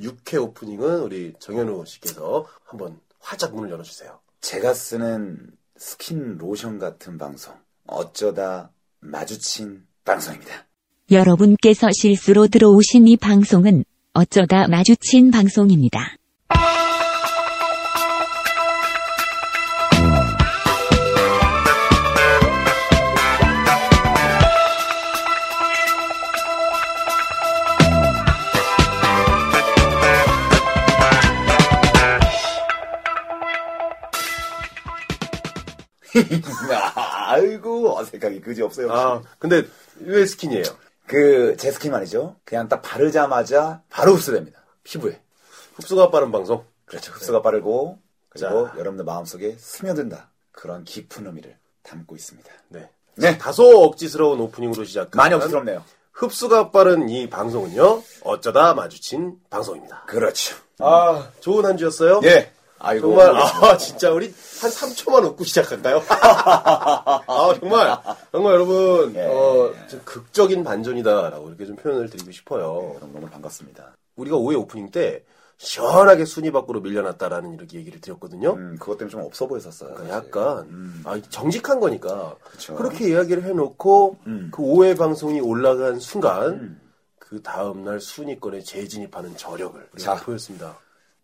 6회 오프닝은 우리 정현우 씨께서 한번 활짝 문을 열어주세요. 제가 쓰는 스킨 로션 같은 방송 어쩌다 마주친 방송입니다. 여러분께서 실수로 들어오신 이 방송은 어쩌다 마주친 방송입니다. 아, 아이고 어색하기 그지 없어요. 아, 근데 왜 스킨이에요? 그 제 스킨 말이죠. 그냥 딱 바르자마자 바로 흡수됩니다. 피부에. 흡수가 빠른 방송. 그렇죠. 흡수가 빠르고 그리고 네. 자. 여러분들 마음속에 스며든다. 그런 깊은 의미를 담고 있습니다. 네. 네. 다소 억지스러운 오프닝으로 시작한 많이 억지스럽네요. 흡수가 빠른 이 방송은요. 어쩌다 마주친 방송입니다. 그렇죠. 아, 좋은 한 주였어요. 예. 아이고. 정말 아 진짜 우리 한 3초만 웃고 시작할까요? 아 정말 정말 여러분 예. 어, 좀 극적인 반전이다라고 이렇게 좀 표현을 드리고 싶어요. 너무 반갑습니다. 우리가 5회 오프닝 때 시원하게 순위 밖으로 밀려났다라는 이렇게 얘기를 드렸거든요. 음, 그것 때문에 좀 없어 보였었어요. 그러니까 사실. 약간 아, 정직한 거니까 그쵸. 그렇게 이야기를 해놓고 음. 그 5회 방송이 올라간 순간 그 다음날 순위권에 재진입하는 저력을 우리가 자. 보였습니다.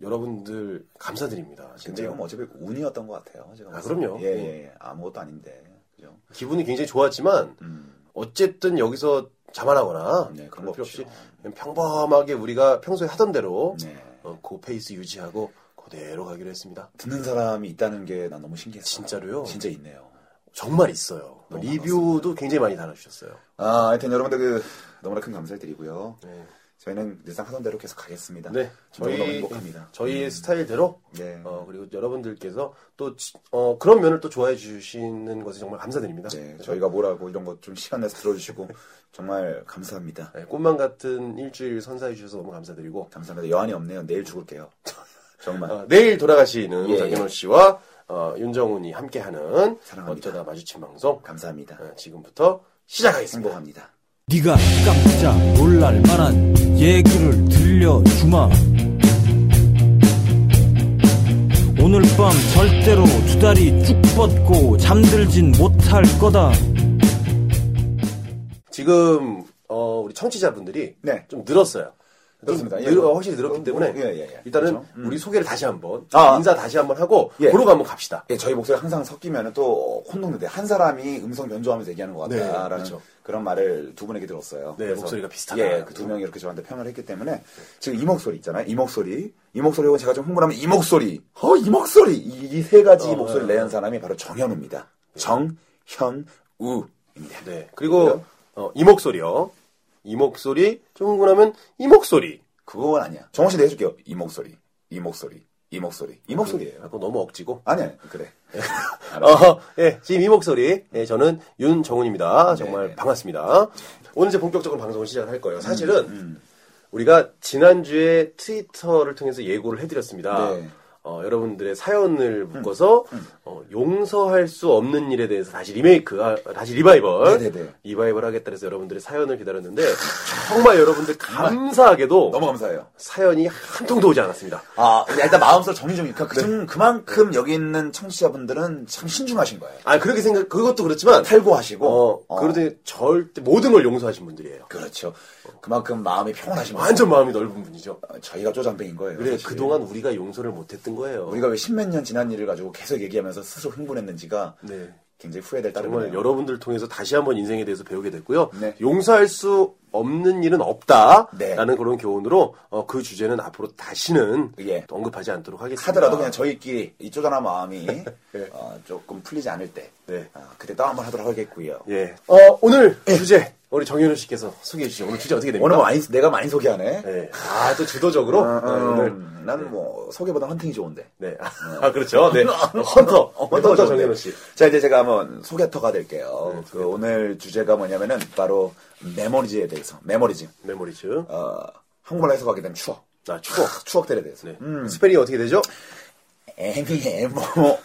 여러분들 감사드립니다. 근데 진짜 이건 어차피 운이었던 것 같아요. 제가 아, 봤을 때. 그럼요. 예, 예, 예. 아무것도 아닌데. 그죠? 기분이 굉장히 좋았지만 음. 어쨌든 여기서 자만하거나 네, 아, 그런 거 필요 없이 그렇죠. 그냥 평범하게 우리가 평소에 하던 대로 네. 어, 그 페이스 유지하고 그대로 가기로 했습니다. 듣는 사람이 있다는 게 난 너무 신기했어요. 진짜로요? 진짜 있네요. 정말 있어요. 너무 리뷰도 굉장히 많이 달아주셨어요. 아, 하여튼 여러분들 그 너무나 큰 감사를 드리고요. 네, 저희는 늘상 하던 대로 계속 가겠습니다. 네. 저희 너무 저희 행복합니다. 음. 저희의 스타일대로 네. 어, 그리고 여러분들께서 또 지- 어, 그런 면을 또 좋아해 주시는 것에 정말 감사드립니다. 네, 저희가 뭐라고 이런 거 좀 시간 내서 들어주시고 정말 감사합니다. 네, 꽃만 같은 일주일 선사해 주셔서 너무 감사드리고 감사합니다. 여한이 없네요. 내일 죽을게요. 정말. 어, 내일 돌아가시는 예, 장현호 예. 씨와 어, 윤정훈이 함께하는 사랑합니다. 어쩌다 마주친 방송 감사합니다. 어, 지금부터 시작하겠습니다. 행복합니다. 네가 깜짝 놀랄 만한 얘기를 들려주마 오늘 밤 절대로 두 다리 쭉 뻗고 잠들진 못할 거다 지금 어, 우리 청취자분들이 네. 좀 늘었어요. 좀 그렇습니다. 예. 늘- 어, 확실히 늘었기 어, 때문에 뭐, 예, 예, 예. 일단은 그렇죠. 음. 우리 소개를 다시 한번 아. 인사 다시 한번 하고 예. 보러 가면 갑시다. 예, 저희 목소리 항상 섞이면 또 혼동되는데 한 사람이 음성 변조하면서 얘기하는 것 네, 같다라는 그렇죠. 그런 말을 두 분에게 들었어요. 네, 목소리가 비슷하다. 예, 그 두 명이 이렇게 저한테 평을 했기 때문에 지금 이 목소리 있잖아요. 이 목소리, 이 목소리 혹은 제가 좀 흥분하면 이 목소리, 어, 이 목소리 이 세 가지 어, 목소리를 네. 내는 사람이 바로 정현우입니다. 정현우입니다. 네. 그리고 어, 이 목소리요. 이 목소리 조금 궁금하면 이 목소리. 그건 아니야. 정원 씨도 해줄게요. 이 목소리, 이 목소리, 이 목소리, 이 목소리예요. 아, 그거 너무 억지고. 아니야, 그래. 어, 예, 지금 이 목소리, 예, 저는 윤정훈입니다. 정말 네. 반갑습니다. 오늘 이제 본격적으로 방송을 시작할 거예요. 사실은 음, 우리가 지난주에 트위터를 통해서 예고를 해드렸습니다. 네. 음, 어, 여러분들의 사연을 묶어서 어, 용서할 수 없는 일에 대해서 다시 리메이크, 아, 다시 리바이벌, 네네네. 리바이벌 하겠다 해서 여러분들의 사연을 기다렸는데 정말 여러분들 감사하게도 너무 감사해요. 사연이 한 통도 오지 않았습니다. 아, 근데 일단 마음속 정리 좀, 그러니까 네. 그, 좀 그만큼 여기 있는 청취자분들은 참 신중하신 거예요. 아 그렇게 생각 그것도 그렇지만 탈고하시고. 어, 그런데 절대 모든 걸 용서하신 분들이에요. 그렇죠. 그만큼 마음이 평온하신 거예요. 완전 마음이 넓은 분이죠. 어, 저희가 쪼잔뱅인 거예요. 그래 사실. 어. 그동안 우리가 용서를 못했던 거예요. 우리가 왜 십몇 년 지난 일을 가지고 계속 얘기하면서 스스로 흥분했는지가 네. 굉장히 후회될 따름이네요. 정말 여러분들 통해서 다시 한번 인생에 대해서 배우게 됐고요. 네. 용서할 수 없는 일은 없다라는 네. 그런 교훈으로 어, 그 주제는 앞으로 다시는 예. 또 언급하지 않도록 하겠습니다. 하더라도 그냥 저희끼리 이 쪼잔한 마음이 예. 어, 조금 풀리지 않을 때 네. 아, 그때 또 한번 하도록 하겠고요. 예. 어, 오늘 주제 우리 정현우 씨께서 소개해 주시죠. 오늘 주제 어떻게 됩니까? 오늘 뭐 많이, 내가 많이 소개하네. 음, 예. 아또 주도적으로 네, 오늘 난뭐 소개보다 헌팅이 좋은데. 네. 아, 그렇죠. 네. 헌터. 아, 헌터 좋은데. 정현우 씨. 자, 이제 제가 한번 소개터가 될게요. 네, 그 오늘 주제가 뭐냐면은 바로 메모리즈에 대해서. 메모리즈. 메모리즈. 어, 한국말로 해석하게 되면 추억. 그 아, 추억. 추억들에 대해서. 음, E 네. 스펠링이 어떻게 되죠? M-E-M-O.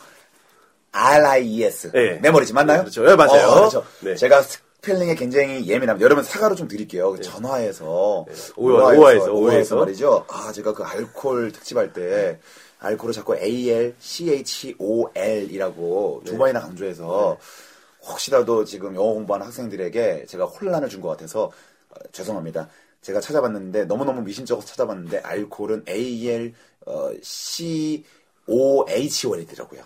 R-I-E-S. 네. E 메모리즈 맞나요? 그렇죠. 예, 맞아요. 어, 그렇죠. 네. 제가 스- 스펠링에 굉장히 예민합니다. 여러분 사과를 좀 드릴게요. 그 전화해서 오해와- 오화에서, 오해에서, 오해에서 오해에서. 말이죠. 아 제가 그 알콜 특집할 때 알콜을 자꾸 A L C H E O L이라고 두 번이나 강조해서 혹시라도 지금 영어 공부하는 학생들에게 제가 혼란을 준 것 같아서 어, 죄송합니다. 제가 찾아봤는데 너무너무 미심쩍어서 찾아봤는데 알콜은 A L 어, C O H O L이더라고요.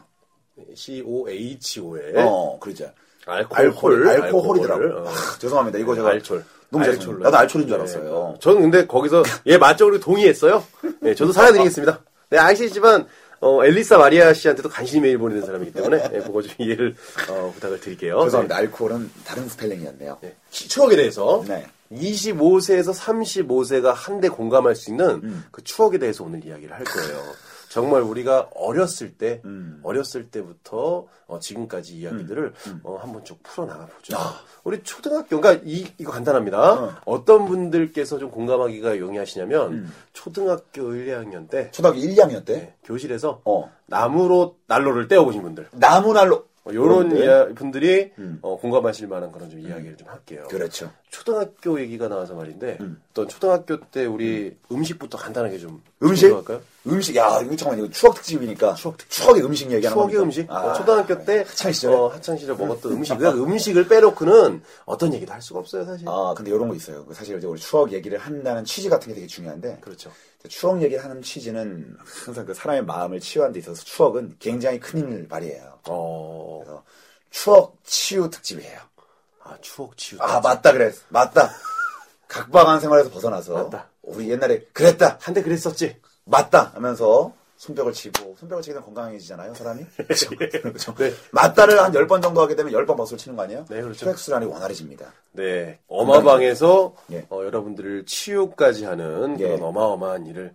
COHO에 어, 그러죠. 예? 알코올, 알코올이더라고. 아, 알코올을, 어. 죄송합니다. 이거 제가 알콜. 너무 알콜로. 죄송해요. 나도 알콜인 줄 알았어요. 네. 저는 근데 거기서 예 맞죠? 그리고 동의했어요. 네, 저도 사과드리겠습니다. 네, 아시지만 어, 엘리사 마리아 씨한테도 간신히 메일 보내는 사람이기 때문에 예, 그거 좀 이해를 어, 부탁을 드릴게요. 죄송합니다. 알콜은 다른 스펠링이었네요. 네. 시- 추억에 대해서 네. 25세에서 35세가 한데 공감할 수 있는 음. 그 추억에 대해서 오늘 이야기를 할 거예요. 정말 우리가 어렸을 때, 음. 어렸을 때부터 어, 지금까지 이야기들을 어, 한번 쭉 풀어나가 보죠. 아. 우리 초등학교, 그러니까 이, 이거 간단합니다. 어. 떤 분들께서 좀 공감하기가 용이하시냐면 음. 초등학교 1, 2학년 때 초등학교 1, 2학년 때 네, 교실에서 어. 나무로 난로를 떼어보신 분들. 어, 나무날로 네. 요런 그런데? 음. 이야- 분들이 어, 공감하실 만한 그런 좀 이야기를 좀 할게요. 그렇죠. 초등학교 얘기가 나와서 말인데 음. 어떤 초등학교 때 우리 음식부터 간단하게 좀 음식? 할까요? 음식, 야, 이거 잠깐만, 이거 추억 특집이니까. 추억 의 음식 얘기하는 추억의 겁니까? 음식? 아, 어, 초등학교 때 학창 시절에? 어, 학창 시절 먹었던 음식 그 음식을 빼놓고는 어떤 얘기도 할 수가 없어요 사실. 아, 근데 이런 거 있어요. 사실 이제 우리 추억 얘기를 한다는 취지 같은 게 되게 중요한데. 그렇죠. 추억 얘기를 하는 취지는 항상 그 사람의 마음을 치유하는 데 있어서 추억은 굉장히 큰 힘을 발휘해요. 어, 그래서 추억 치유 특집이에요. 아 추억 치유. 아 맞다 그래 맞다 각박한 생활에서 벗어나서 맞다. 우리 옛날에 그랬다 한데 그랬었지. 맞다 하면서 손뼉을 치고 손뼉을 치게 되면 건강해지잖아요 사람이 그렇죠 그렇죠 네. 맞다를 한 열 번 정도 하게 되면 열 번 박수를 치는 거 아니에요 네, 그렇죠. 혈액순환이 원활해집니다 네. 어마방에서 예. 어, 여러분들을 치유까지 하는 예. 그런 어마어마한 일을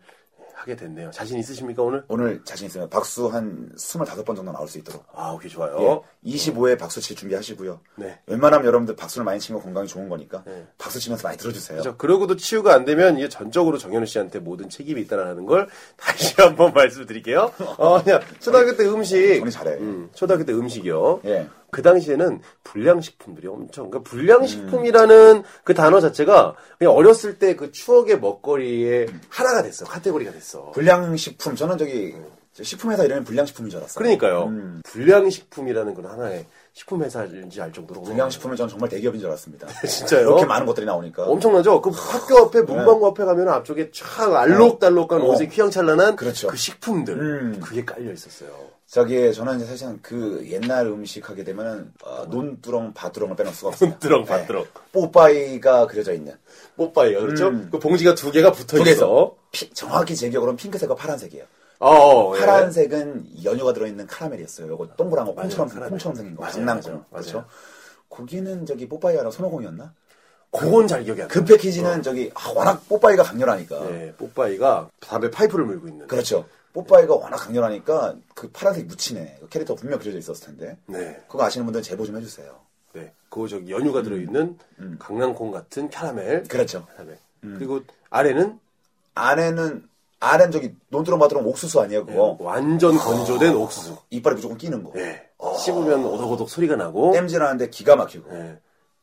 하게 됐네요. 자신 있으십니까 오늘? 오늘 자신 있으면 박수 한 25번 정도 나올 수 있도록 아 오케이 좋아요. 예. 25회 박수 칠 준비하시고요 네. 웬만하면 여러분들 박수를 많이 치면 건강이 좋은 거니까 박수 치면서 많이 들어주세요 그렇죠. 그러고도 치유가 안 되면 이게 전적으로 정현우 씨한테 모든 책임이 있다라는 걸 다시 한번 말씀드릴게요. 어, 그냥 초등학교 때 음식. 정리 잘해. 음, 초등학교 때 음식이요. 예. 그 당시에는 불량식품들이 엄청, 그러니까 불량식품이라는 그 단어 자체가 그냥 어렸을 때 그 추억의 먹거리의 하나가 됐어. 카테고리가 됐어. 불량식품 저는 저기 식품회사 이름이 불량식품인 줄 알았어요 음. 그러니까요. 불량식품이라는 건 하나의 식품회사인지 알 정도로. 불량식품은 저는 정말 대기업인 줄 알았습니다 진짜요? 이렇게 많은 것들이 나오니까 엄청나죠? 그 학교 앞에 네. 문방구 앞에 가면 앞쪽에 촥 알록달록한 어. 옷에 휘황찬란한 그렇죠. 그 식품들 음. 그게 깔려 있었어요. 저기 저는 이제 사실은 그 옛날 음식 하게 되면은 어, 논두렁 밭두렁을 빼놓을 수가 없어요. 논두렁, 밭두렁. 뽀빠이가 그려져 있는 뽀빠이가 그렇죠? 음. 그 봉지가 두 개가 붙어 두 개서 있어. 피- 정확히 제 기억으로는 핑크색과 파란색이에요. 어, 어, 예. 파란색은 연유가 들어있는 카라멜이었어요. 요거 동그란 거 콩처럼 카라멜. 콩처럼 생긴 거 맞아요, 장난감 맞아요, 그렇죠? 맞아요. 거기는 저기 뽀빠이랑 소노공이었나? 그건 잘 기억이 안 나. 그 패키지는 저기 아, 워낙 뽀빠이가 강렬하니까 어. 네, 뽀빠이가 담배 파이프를 물고 있는. 그렇죠. 뽀빠이가 워낙 강렬하니까 그 파란색 묻히네. 그 캐릭터 분명 그려져 있었을 텐데 네, 그거 아시는 분들은 제보 좀 해주세요. 네. 그거 저기 연유가 들어있는 강낭콩 같은 캐러멜. 음. 그렇죠. 캐러멜. 그리고 아래는 안에는 안에는 저기 논두렁 마두렁 옥수수 아니에요 그거 완전 건조된 옥수수. 이빨이 무조건 끼는 거 뭐. 네. 씹으면 오독오독 소리가 나고. 땜질하는데 기가 막히고 네.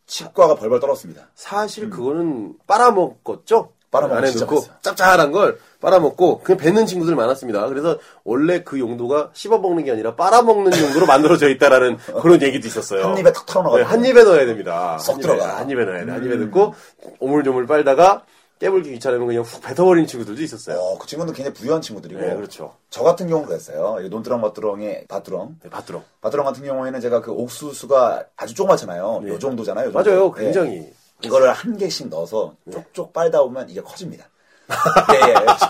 치과가 벌벌 떨었습니다 사실 그거는 빨아먹었죠. 빨아먹었죠, 안에 진짜 넣고 맛있어요. 짭짤한 걸 빨아먹고 그냥 뱉는 친구들 많았습니다. 그래서 원래 그 용도가 씹어먹는 게 아니라 빨아먹는 용도로 만들어져 있다라는 그런 얘기도 있었어요. 한 입에 탁 털어넣어요. 네, 한 입에 넣어야 됩니다. 쏙 한 입에, 들어가. 음. 한 입에 넣어야 돼. 한 입에 넣고 오물조물 빨다가 깨물기 귀찮으면 그냥 훅 뱉어버리는 친구들도 있었어요. 어, 그 친구는 굉장히 부유한 친구들이고 네, 그렇죠. 저 같은 경우는 그랬어요 이 논두렁 마두렁에 밭두렁 네, 밭두렁. 밭두렁 같은 경우에는 제가 그 옥수수가 아주 조그맣잖아요 요 정도잖아요 요 정도. 네. 맞아요. 네. 굉장히. 네. 이거를 한 개씩 넣어서 쪽쪽 빨다 보면 이게 커집니다 예, 예. 좀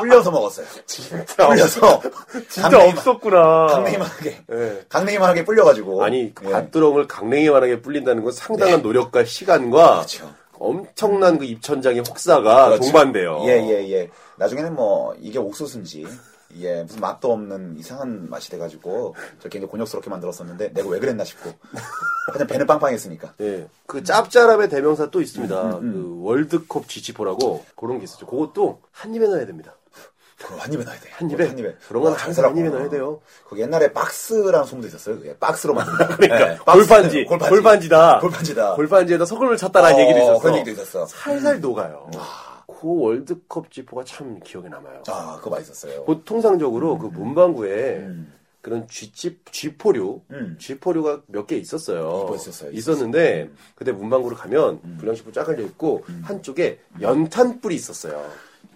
불려서 먹었어요 진짜. 불려서 진짜 강냉이만- 없었구나. 강냉이만하게 네. 강냉이만하게 불려가지고 아니 그 예. 네. 밭두렁을 강냉이만하게 불린다는 건 상당한 노력과 시간과 그렇죠. 엄청난 그 입천장의 혹사가 그렇죠. 동반돼요. 예, 예, 예. 나중에는 뭐, 이게 옥수수인지, 예, 무슨 맛도 없는 이상한 맛이 돼가지고, 저 굉장히 곤욕스럽게 만들었었는데, 내가 왜 그랬나 싶고. 하여튼 배는 빵빵했으니까. 예. 그 짭짤함의 대명사 또 음, 있습니다. 그 월드컵 지치포라고 그런 게 있었죠. 그것도 한 입에 넣어야 됩니다. 그거 한 입에 넣어야 돼. 한 입에? 한 입에. 그런 건 와, 항상 잘 한 입에 살았구나. 넣어야 돼요. 거기 옛날에 박스라는 소문도 있었어요. 그게 박스로 만든. 그러니까 네, 박스. 골반지, 골반지. 다 골반지다. 골반지에다 석을 찼다라는 아. 어, 얘기도 있었어. 그런 얘기도 음. 있었어. 살살 녹아요. 그 월드컵 지포가 참 기억에 남아요. 아, 그거 맛있었어요. 보 통상적으로 그 문방구에 음. 그런 쥐집 쥐포류 음. 쥐포류가 몇 개 있었어요. 있었어요, 있었어요. 는 음. 데 그때 문방구를 가면 불량식품 쫙 깔려 있고 한쪽에 음. 연탄불이 있었어요.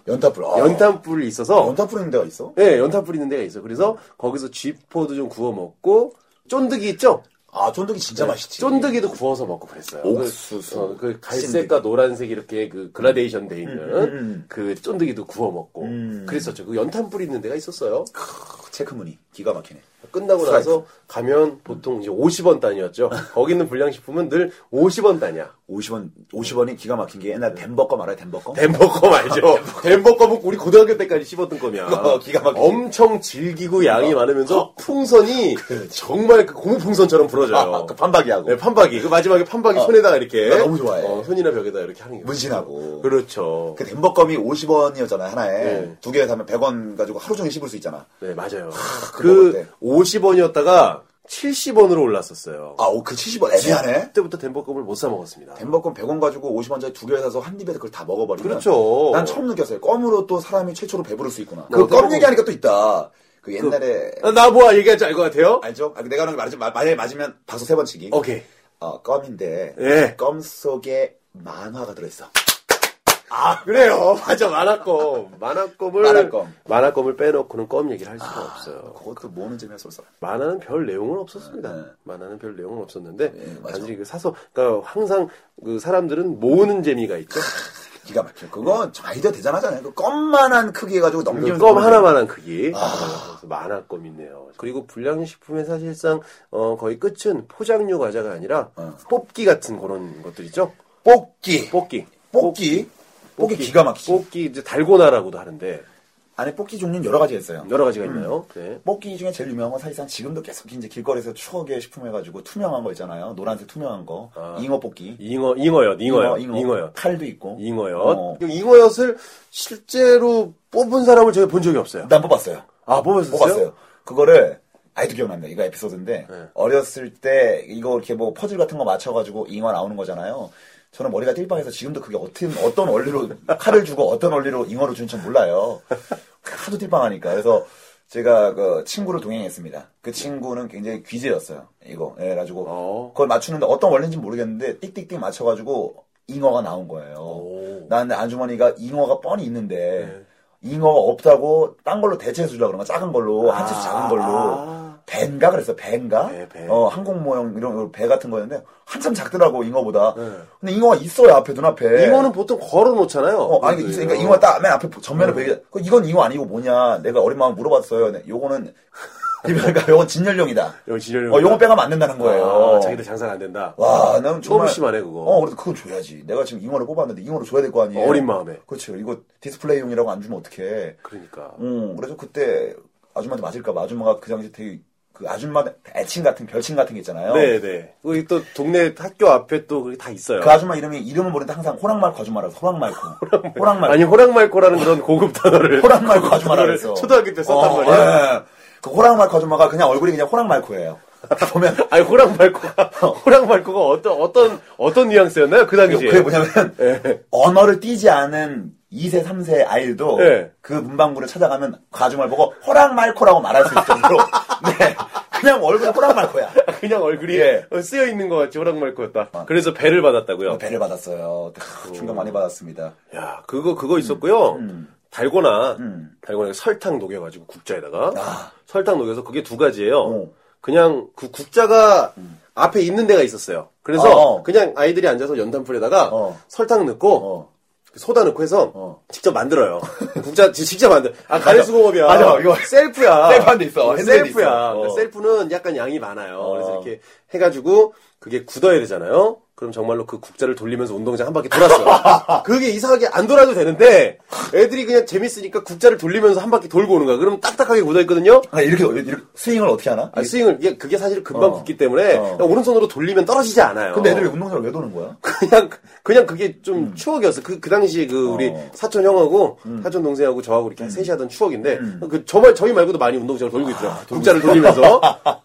연탄불. 아, 연탄불이 있어서 연탄불 있는 데가 있어? 예, 연탄불 있는 데가 있어요. 그래서 거기서 쥐포도 좀 구워 먹고 쫀득이 있죠? 아, 쫀득이 진짜 맛있지. 네. 쫀득이도 구워서 먹고 그랬어요. 옥수수, 그, 어, 그 갈색과 노란색 이렇게 그 그라데이션 돼 있는 음, 음, 음. 그 쫀득이도 구워 먹고 음. 그랬었죠. 그 연탄불 있는 데가 있었어요. 크, 그 체크무늬. 기가 막히네. 끝나고 스트라이크. 나서 가면 보통 이제 50원 단위였죠. 거기 있는 불량식품은 늘 50원 단위야. 50원, 50원이 기가 막힌 게 옛날 덴버껌 알아요? 덴버껌? 덴버껌 알죠? 덴버껌은 우리 고등학교 때까지 씹었던 껌이야. 그거 아, 어, 기가 막히지. 어. 엄청 질기고 양이 많으면서 풍선이 정말 그 고무풍선처럼 그렇죠. 아, 불어져요. 아, 그 판박이하고. 네, 판박이. 그 마지막에 판박이 손에다가 이렇게. 나 너무 좋아해. 어, 손이나 벽에다 이렇게 하는 게. 문신하고. 그렇죠. 그 덴버껌이 50원이었잖아요, 하나에. 네. 두 개 사면 100원 가지고 하루 종일 씹을 수 있잖아. 네, 맞아요. 그거 그 어때? 50원이었다가 70원으로 올랐었어요. 아, 오, 그 70원 애매하네? 그때부터 덴버껌을 못 사 먹었습니다. 덴버껌 100원 가지고 50원짜리 두 개 사서 한 입에 그걸 다 먹어버리면. 그렇죠. 난 처음 느꼈어요. 껌으로 또 사람이 최초로 배부를 수 있구나. 어, 그껌 덴버껌. 얘기하니까 또 있다. 그 옛날에. 아, 나 뭐야 얘기할 줄 알 것 같아요? 알죠? 아, 내가 하는 게 맞으면, 만약에 맞으면 박수 세 번 치기. 오케이. 어, 껌인데. 예. 껌 속에 만화가 들어있어. 아 그래요. 맞아 만화껌. 만화껌을 만화껌. 아. 만화껌을 빼놓고는 껌 얘기를 할 수가 없어요. 그것도 모으는 재미가 쏠쏠. 만화는 별 내용은 없었습니다. 네. 만화는 별 내용은 없었는데 예, 맞아. 단지 그 사서 그러니까 항상 그 사람들은 모으는 재미가 있죠. 기가 막혀. 그건 저 아이디어 대단하잖아요. 그 껌만한 크기 해가지고 넘기면서. 예. 그 껌 하나만한 크기. 아. 그래서 만화껌 있네요. 그리고 불량식품의 사실상 어, 거의 끝은 포장류 과자가 아니라 어. 뽑기 같은 그런 것들이죠. 뽑기. 뽑기. 뽑기. 뽑기 기가 막히지. 뽑기 이제 달고나라고도 하는데 안에 뽑기 종류는 여러 가지가 있어요. 여러 가지가 있나요? 네. 뽑기 중에 제일 유명한 건 사실상 지금도 계속 이제 길거리에서 추억의 식품 해가지고 투명한 거 있잖아요. 노란색 투명한 거. 잉어 뽑기. 잉어, 아. 잉어엿, 잉어엿, 잉어엿. 칼도 있고. 잉어엿. 어. 잉어엿을 실제로 뽑은 사람을 제가 본 적이 없어요. 난 뽑았어요. 아, 뽑았었어요? 뽑았어요. 그거를 아이도 기억난다. 이거 에피소드인데 네. 어렸을 때 이거 이렇게 뭐 퍼즐 같은 거 맞춰가지고 잉어 나오는 거잖아요. 저는 머리가 띨빵해서 지금도 그게 어떤 어떤 원리로 칼을 주고 어떤 원리로 잉어를 주는지 몰라요. 하도 띨빵하니까 그래서 제가 그 친구를 동행했습니다. 그 친구는 굉장히 귀재였어요. 이거 예, 그래가지고 어. 그걸 맞추는데 어떤 원리인지 모르겠는데 띡띡띡 맞춰가지고 잉어가 나온 거예요. 나는 아주머니가 잉어가 뻔히 있는데 네. 잉어가 없다고 딴 걸로 대체해 주려고 그런 거 작은 걸로 한 치수 작은 걸로 아. 배인가 그랬어 배인가 배, 배. 어 항공 모형 이런 배 같은 거였는데 한참 작더라고 잉어보다 근데 잉어가 있어요 앞에 눈앞에 네. 잉어는 네. 보통 걸어 놓잖아요. 네. 어, 아니, 그니까 잉어 딱맨 앞에 전면에 보이게. 그 이건 잉어 아니고 뭐냐. 내가 어린 마음 물어봤어요. 네, 요거는, 그러니까 요건 진열용이다. 이건 진열용. 어, 요건 빼가면 안 된다는 거예요. 아, 자기들 장사가 안 된다. 와, 난 정말. 너무 심하네, 그거. 어, 그래도 그건 줘야지. 내가 지금 잉어를 뽑았는데 잉어를 줘야 될 거 아니에요. 어린 마음에. 그렇죠. 이거 디스플레이용이라고 안 주면 어떡해. 그러니까. 음, 그래서 그때 아줌마한테 맞을까봐 아줌마가 그 당시 되게 그 아줌마 애칭 같은 별칭 같은 게 있잖아요. 네네. 거기 또 동네 학교 앞에 또 그게 다 있어요. 어. 그 아줌마 이름이 이름은 모르는데 항상 호랑말 거짓말하고 호랑말코. 호랑말. 아니, 호랑말코라는 그런 고급 단어를. 호랑말코 아줌마라고 단어를 했어. 초등학교 때 썼단 어, 말이야. 예. 그 호랑말코 아줌마가 그냥 얼굴이 그냥 호랑말코예요. 다 보면 아니, 호랑말코가, 어. 호랑말코가 어떤, 어떤, 어떤 뉘앙스였나요? 그 당시에. 그게 뭐냐면 예. 언어를 띄지 않은 2세, 3세 아이도 예. 그 문방구를 찾아가면 그 아줌마를 보고 호랑말코라고 말할 수 있을 정도로 네. 그냥 얼굴이 호랑말코야. 그냥 얼굴이 예. 어, 쓰여 있는 것 같지 호랑말코였다. 그래서 배를 받았다고요. 배를 받았어요. 크, 충격 많이 받았습니다. 야 그거 그거 있었고요. 달고나 달고나 설탕 녹여가지고 국자에다가 아. 설탕 녹여서 그게 두 가지예요. 오. 그냥 그 국자가 앞에 있는 데가 있었어요. 그래서 어. 그냥 아이들이 앉아서 연탄불에다가 어. 설탕 넣고 어. 소다 넣고 해서 어. 직접 만들어요. 국자 지- 직접 만들. 아 가래수공업이야. 맞아, 이거. 셀프야. 셀프 한데 있어. 어, 핸드에 셀프야. 있어. 어. 셀프는 약간 양이 많아요. 어. 그래서 이렇게 해가지고 그게 굳어야 되잖아요. 그럼 정말로 그 국자를 돌리면서 운동장 한 바퀴 돌았어. 그게 이상하게 안 돌아도 되는데 애들이 그냥 재밌으니까 국자를 돌리면서 한 바퀴 돌고 오는 거야. 그럼 딱딱하게 묻어 있거든요. 아, 이렇게, 이렇게 스윙을 어떻게 하나? 아, 스윙을 이게 그게 사실 금방 어. 붙기 때문에 어. 그냥 오른손으로 돌리면 떨어지지 않아요. 그 근데 애들이 운동장을 왜 도는 거야? 그냥 그냥 그게 좀 추억이었어. 그 그 당시 그 우리 음. 어. 음. 사촌 형하고 사촌 동생하고 저하고 이렇게 셋이 하던 추억인데 그 정말 저희 말고도 많이 운동장을 돌고 아, 있더라. 국자를 돌리면서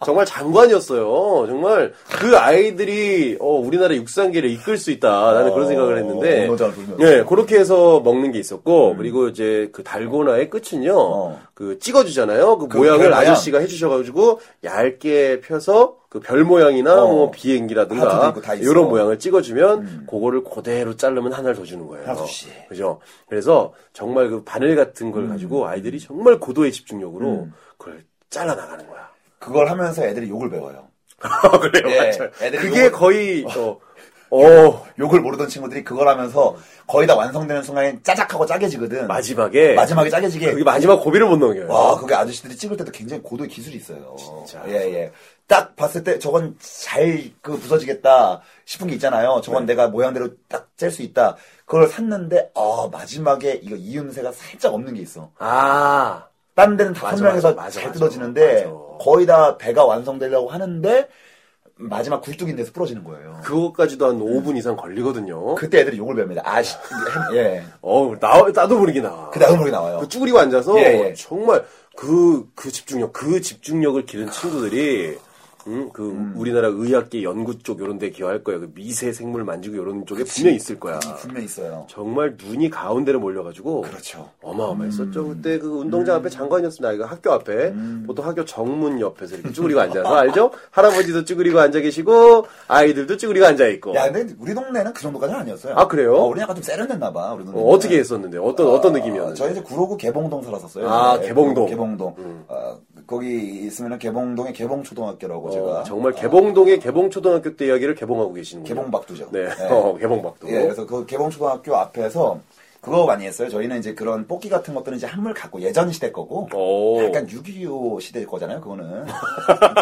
정말 장관이었어요. 정말 그 아이들이 어, 우리나라 육상계를 이끌 수 있다. 나는 그런 어, 생각을 했는데 운동장을 돌면서. 음. 예, 그렇게 해서 먹는 게 있었고 그리고 이제 그 달고나의 끝은요. 어. 그 찍어주잖아요. 그 그 모양을 별 모양. 아저씨가 해주셔가지고 얇게 펴서 그 별 모양이나 어. 뭐 비행기라든가 하트도 있고 다 있어. 이런 모양. 모양을 찍어주면 음. 그거를 그대로 자르면 하나를 더 주는 거예요. 하나 더 주지. 그죠? 그래서 정말 그 바늘 같은 음. 걸 가지고 아이들이 정말 고도의 집중력으로 그걸 잘라 나가는 거야. 그걸 하면서 애들이 욕을 배워요. 그래요, 예, 맞아요. 애들이 그게 요걸- 거의 어, 어, 욕을 모르던 친구들이 그걸 하면서 거의 다 완성되는 순간에 짜작하고 짜게지거든. 마지막에 마지막에 짜게지게. 그게 마지막 고비를 못 넘겨요. 와, 그게 아저씨들이 찍을 때도 굉장히 고도의 기술이 있어요. 진짜. 예, 예. 딱 봤을 때 저건 잘 그 부서지겠다 싶은 게 있잖아요. 저건 네. 내가 모양대로 딱 짤 수 있다. 그걸 샀는데, 아, 마지막에 이거 이음새가 살짝 없는 게 있어. 아, 다른 데는 다 맞아, 선명해서 맞아, 맞아, 잘 맞아. 뜯어지는데, 맞아. 거의 다 배가 완성되려고 하는데, 마지막 굴뚝인 데서 부러지는 거예요. 그거까지도 한 5분 이상 걸리거든요. 그때 애들이 욕을 배웁니다. 아, 씨. 예. 어우, 나, 나도 모르게 나. 그 다음 노래 나와요. 그 쭈그리고 앉아서 예, 예. 정말 그, 그 집중력, 그 집중력을 기른 친구들이 음, 그 우리나라 의학계 연구 쪽 이런 데 기여할 거야. 그 미세 생물 만지고 이런 쪽에 분명히 있을 거야. 분명 있어요. 정말 눈이 가운데로 몰려가지고 그렇죠. 어마어마했었죠. 그때 그 음. 운동장 앞에 장관이었으면 아이가 학교 앞에 보통 학교 정문 옆에서 이렇게 쭈그리고 앉아서 알죠? 할아버지도 쭈그리고 앉아 계시고 아이들도 쭈그리고 앉아 있고. 야, 근데 우리 동네는 그 정도까지는 아니었어요. 아, 그래요? 어, 우리 약간 좀 세련됐나 봐. 우리 동네. 어, 떻게 했었는데 어떤 어떤 느낌이었는데? 아, 저희 이제 구로구 개봉동 살았었어요. 아, 네, 개봉동. 음. 개봉동. 어, 거기 있으면은 개봉동에 개봉초등학교라고 제가. 어, 정말 개봉동의 개봉초등학교 때 이야기를 개봉하고 계시는 군요 개봉박두죠. 네, 네. 어, 개봉박도. 예, 그래서 그 개봉초등학교 앞에서 그거 많이 했어요. 저희는 이제 그런 뽑기 같은 것들은 이제 한물 갖고 예전 시대 거고 오. 약간 6.25 시대 거잖아요. 그거는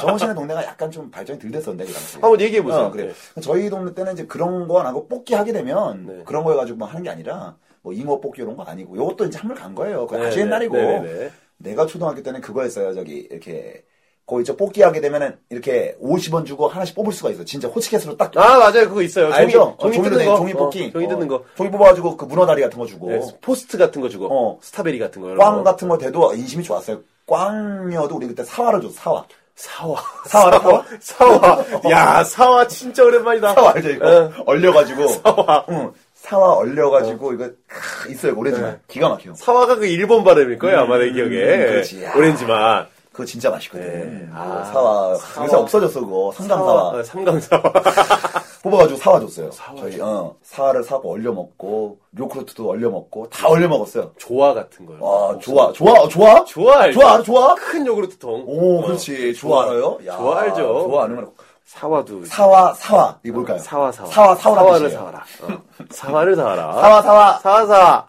정신의 동네가 약간 좀 발전이 덜 됐었는데 그 당시. 한번 얘기해 보세요. 어, 그래. 저희 동네 때는 이제 그런 거 안 하고 뽑기 하게 되면 네. 그런 거 해가지고 뭐 하는 게 아니라 뭐 잉어 뽑기 이런 거 아니고 요것도 이제 한물 간 거예요. 그 아주 네네, 옛날이고 네네네. 내가 초등학교 때는 그거 했어요. 저기 이렇게 거기 저 뽑기 하게 되면은 이렇게 50원 주고 하나씩 뽑을 수가 있어. 진짜 호치켓으로 딱 아 맞아요, 그거 있어요. 종이, 알죠? 종이 어, 뜯는 뜯는- 거, 종이 뽑기. 어, 종이 뜯는 어, 거, 종이 뽑아가지고 그 문어다리 같은 거 주고. 네, 포스트 같은 거 주고, 어. 스타베리 같은 거, 이런 꽝 거. 같은 거 돼도 인심이 좋았어요. 꽝이어도 우리 그때 사화를 줬어, 사화. 사와, 사와라, 사와, 야 사와 진짜 오랜만이다. 사화 알죠, 이거? 응. 얼려가지고. 어. 사화. 응. 사화 얼려가지고, 이거, 크, 있어요, 오렌지만. 어. 네. 기가 막혀요. 사와가 그 일본 발음일 거예요 아마 내 기억에. 그렇지. 야. 오렌지만. 그거 진짜 맛있거든. 네. 그거 아, 사화. 사화. 요새 없어졌어, 그거. 삼강사화. 어, 삼강사와. 뽑아가지고 사화 줬어요. 저희, 어. 사화를 사고 얼려 먹고, 요크루트도 얼려 먹고, 다 얼려 먹었어요. 조화 같은 거. 아, 좋아, 좋아, 좋아? 어, 좋아, 알죠. 좋아, 좋아? 큰 요구르트 통. 오, 어. 그렇지. 좋아, 알아요? 야, 좋아, 알죠. 좋아, 아는 거. 사와도. 사와, 사와. 이게 뭘까요? 사와 사와 사와, 사와라. 를 뜻이에요. 사와라 어. 사와를 사와라 사와, 사와. 사와 사와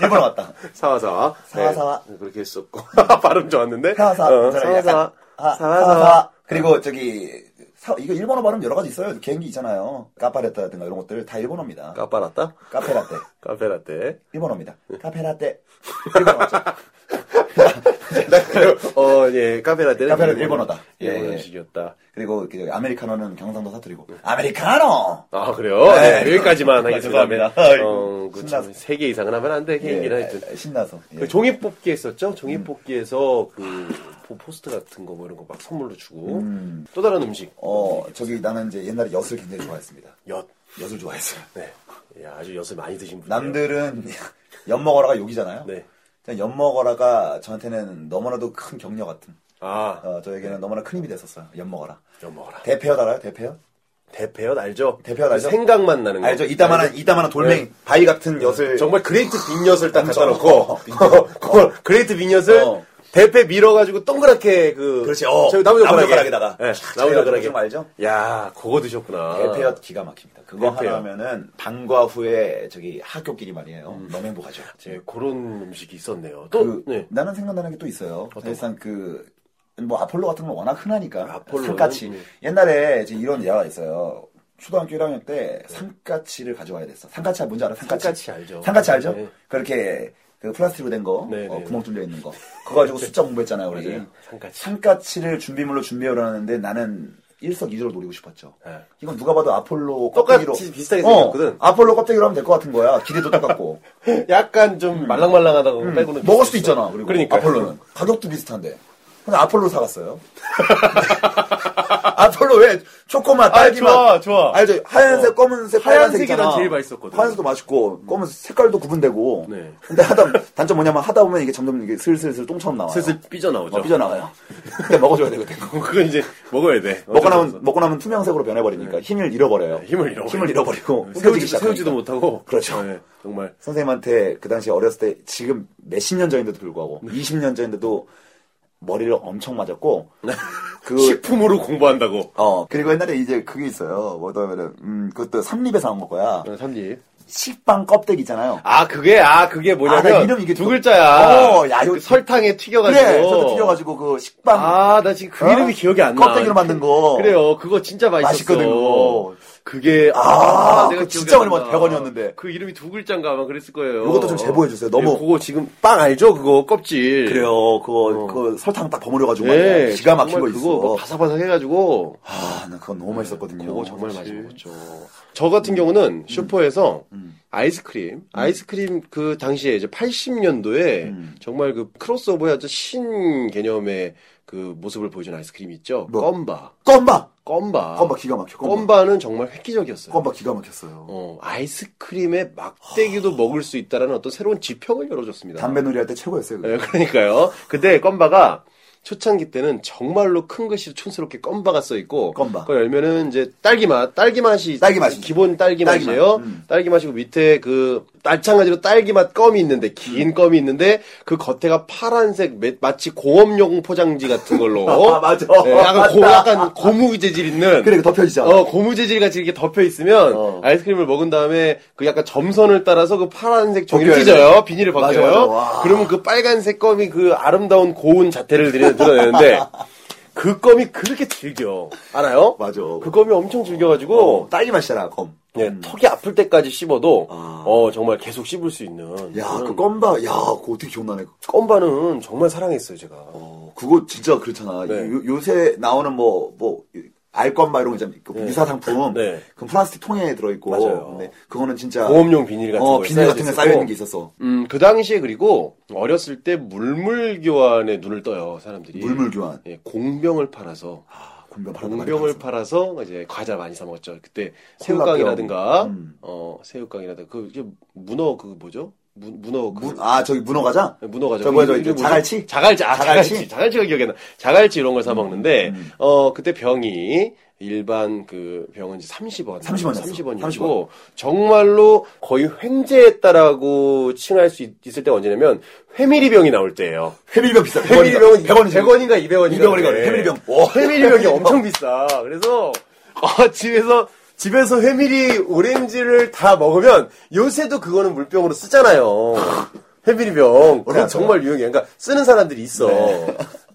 일본어 맞다. 사와 사와 사와, 사와. 네, 그렇게 했었고 발음 좋았는데 사와, 그 사와. 어, 괜찮아요. 사와 약간, 사와 아, 사와 사와 그리고 저기, 사- 이거 일본어 발음 여러 가지 있어요. 개인기 있잖아요. 까파레타든가 이런 것들 다 일본어입니다. 까빠라따 카페라떼. 카페라떼 일본어입니다. 카페라떼. 일본어 맞죠? 어예 카페라떼는 뭐 카페라떼 일본어다. 예, 예. 일본어 식이었다 그리고 이렇게 저기 아메리카노는 경상도 사투리고. 아메리카노! 아 그래요 네. 네, 여기까지만 네, 하겠습니다 어, 죄송합니다. 아이고, 신나서. 어그세개 이상은 하면 안돼 개인기나 예, 하여튼 예, 신나서. 예. 음. 그 종이 뽑기 했었죠 종이 뽑기에서 그 포- 포스트 같은 거 뭐 이런 거 막 선물로 주고 또 다른 음식 어, 저기 나는 이제 옛날에 엿을 굉장히 좋아했습니다. 엿 엿을 좋아했어요. 네. 야, 아주 엿을 많이 드신 분이에요. 남들은 엿 먹어라가 욕이잖아요. 네. 그냥 엿 먹어라가 저한테는 너무나도 큰 격려 같은. 아, 어, 저에게는 너무나 큰 힘이 됐었어요. 엿 먹어라. 엿 먹어라. 대패엿 알아요? 대패엿? 대패엿 알죠? 대패엿 알죠? 생각만 나는 거. 알죠? 이따만한 이따만한 돌멩이 네. 바위 같은 엿을 정말 그레이트 빈엿을 딱 갖다 엄청. 놓고 그걸 그레이트 빈엿을 어. 대패 밀어가지고 동그랗게 그 그렇지, 어. 저기 나무 나무 젓가락에다가 젓가락에다가. 네, 촥 나무 젓가락에 해가지고 알죠? 야 그거 드셨구나 대패엿 기가 막힙니다. 그거 아. 대패엿. 하나 하면은 방과 후에 저기 학교끼리 말이에요. 너무 행복하죠. 음. 제 예, 그런 음식이 있었네요 그, 또 네. 나는 생각나는 게 또 있어요. 어떤 사실상 그, 뭐 아폴로 같은 건 워낙 흔하니까. 아폴로는, 같이 음. 옛날에 이제 이런 예화가 있어요. 초등학교 1학년 때 상가치를 가져와야 됐어. 상가치 뭔지 알아? 상가치. 상가치 네. 알죠. 상가치 알죠? 네. 그렇게 그 플라스틱으로 된 거, 네, 어, 네. 구멍 뚫려 있는 거. 그거 가지고 숫자 공부했잖아요, 우리. 맞아요. 상가치. 상가치를 준비물로 준비하려 하는데 나는 일석이조를 노리고 싶었죠. 네. 이건 누가 봐도 아폴로 똑같이 껍데기로 비슷하게 어, 생겼거든. 아폴로 껍데기로 하면 될 것 같은 거야. 길이도 똑같고. 약간 좀 말랑말랑하다고 빼고는 음. 먹을 수도 비슷했어. 있잖아. 그리고 그러니까요. 아폴로는 가격도 비슷한데. 근데 아폴로 사갔어요. 아폴로 왜 초코맛 아, 딸기맛 좋아, 좋아. 알죠 하얀색 어. 검은색 하얀색이 빨간색이잖아. 난 제일 맛있었거든. 하얀색도 맛있고 검은 색깔도 구분되고 네. 근데 하다 단점 뭐냐면 하다 보면 이게 점점 이게 슬슬슬 똥처럼 나와요 슬슬 삐져나오죠. 어, 삐져나와요 근데 먹어줘야 되거든 그건 이제 먹어야 돼. 먹고 어쩔 수 나면 없어. 먹고 나면 투명색으로 변해버리니까 힘을 잃어버려요 힘을 잃어버리고. 힘을 잃어버리고 끊겨지기 세우지도, 시작하니까. 세우지도 못하고. 그렇죠. 네, 정말. 선생님한테 그 당시 어렸을 때 지금 몇십 년 전인데도 불구하고 음. 20년 전인데도 머리를 엄청 맞았고 네. 그 식품으로 공부한다고. 어, 그리고 옛날에 이제 그게 있어요. 뭐냐면은, 음, 그것도 네, 삼립에서 나온 걸 거야. 삼립. 식빵 껍데기 있잖아요. 네. 아, 그게, 아, 그게 아, 뭐냐면. 나 이름 이게 두 또- 글자야. 어, 야, 이거- 그 설탕에 튀겨가지고. 그래, 저도 튀겨가지고 그 식빵. 아, 나 지금 그 어? 이름이 기억이 안 나. 껍데기로 만든 거. 그래요. 그거 진짜 맛있었어. 맛있거든, 그거. 그게, 아, 그거 내가 진짜 기억이 안 얼마- 나. 100원 이었는데. 그 이름이 두 글자인가 아마 그랬을 거예요. 요것도 좀 제보해주세요. 너무- 예, 그거 지금 빵 알죠? 그거 껍질. 그래요. 그거, 그 설탕 딱 버무려가지고 어. 예. 말이야. 기가 막힌 거 정말 있어. 그거 막 바삭바삭 해가지고. 아, 나 그건 너무 맛있었거든요. 그거 정말 그치. 음. 많이 먹었죠. 저 같은 경우는 슈퍼에서 아이스크림, 아이스크림 그 당시에 이제 80년도에 음. 정말 그 크로스오버의 아주 신 개념의 그 모습을 보여준 아이스크림이 있죠. 뭐? 껌바. 껌바! 껌바. 껌바 기가 막혀. 껌바. 아. 껌바는 정말 획기적이었어요. 껌바 기가 막혔어요. 어, 아이스크림의 막대기도 먹을 수 있다라는 어떤 새로운 지평을 열어줬습니다. 담배 놀이 할 때 최고였어요. 그거. 예, 그러니까요. 근데 껌바가 초창기 때는 정말로 큰 글씨로 촌스럽게 껌바가 써 있고 껌바. 그걸 열면은 이제 딸기 맛, 딸기 맛이 딸기 맛이죠. 기본 딸기, 딸기 맛이에요. 맛, 음. 딸기 맛이고 밑에 그 마찬가지로 딸기 맛 껌이 있는데 음. 긴 껌이 있는데 그 겉에가 파란색 매- 마치 공업용 포장지 같은 걸로 아, 맞아. 예, 약간 고, 약간 고무 재질 있는 그래, 덮여지잖아. 어, 고무 재질 같이 이렇게 덮여 있으면 어. 아이스크림을 먹은 다음에 그 약간 점선을 따라서 그 파란색 종이를 벗겨야 찢어요. 비닐을 맞아, 벗겨요. 맞아. 와. 그러면 그 빨간색 껌이 그 아름다운 고운 자태를 드리- 드러내는데 그 껌이 그렇게 즐겨. 알아요? 맞아. 그 껌이 엄청 즐겨가지고 어, 딸기 맛이잖아, 음. 껌. 예, 턱이 아플 때까지 씹어도 아. 어 정말 계속 씹을 수 있는. 야, 그런 그 껌바, 야, 그거 어떻게 기억나네. 껌바는 정말 사랑했어요 제가. 어, 그거 진짜 그렇잖아. 네. 요, 새 나오는 뭐, 뭐, 알건바 이런 거 있잖아. 그 유사 상품. 네. 그 플라스틱 통에 들어있고. 맞아요. 근데 그거는 진짜. 보험용 비닐 같은 어, 거에 비닐 같은 거 쌓여져 쌓여있는 있었고. 게 있었어. 음, 그 당시에 그리고 어렸을 때 물물 교환에 눈을 떠요 사람들이. 물물 교환. 예, 공병을 팔아서 아, 공병 팔았다, 공병을 많이 팔아서 이제 과자 많이 사 먹었죠. 그때 콜라병. 새우깡이라든가 음. 어 새우깡이라든가 그 이제 문어 그 뭐죠? 문, 문어 그 팔았어. 문- 아, 저기 문어 과자? 문어 과자 저거, 그 저기 이름이 뭐죠? 자갈치? 자갈치 아 자갈치? 자갈치 자갈치가 기억이 안 나. 자갈치 이런 걸 사 먹는데 음. 어 그때 병이 일반 그 병은 이제 30원 30원 이었어. 30원이고 30원. 정말로 거의 횡재했다라고 칭할 수 있, 을때가 언제냐면 회밀이병이 나올 때예요. 회밀병 비싸. 회밀병 100원이지. 100원인가 200원인가 200원인가 회밀병. 오. 회밀병이 엄청 비싸. 그래서 아, 집에서 집에서 회밀이 오렌지를 다 먹으면 요새도 그거는 물병으로 쓰잖아요. 회밀이병 그건 정말 유용해. 그러니까 쓰는 사람들이 있어.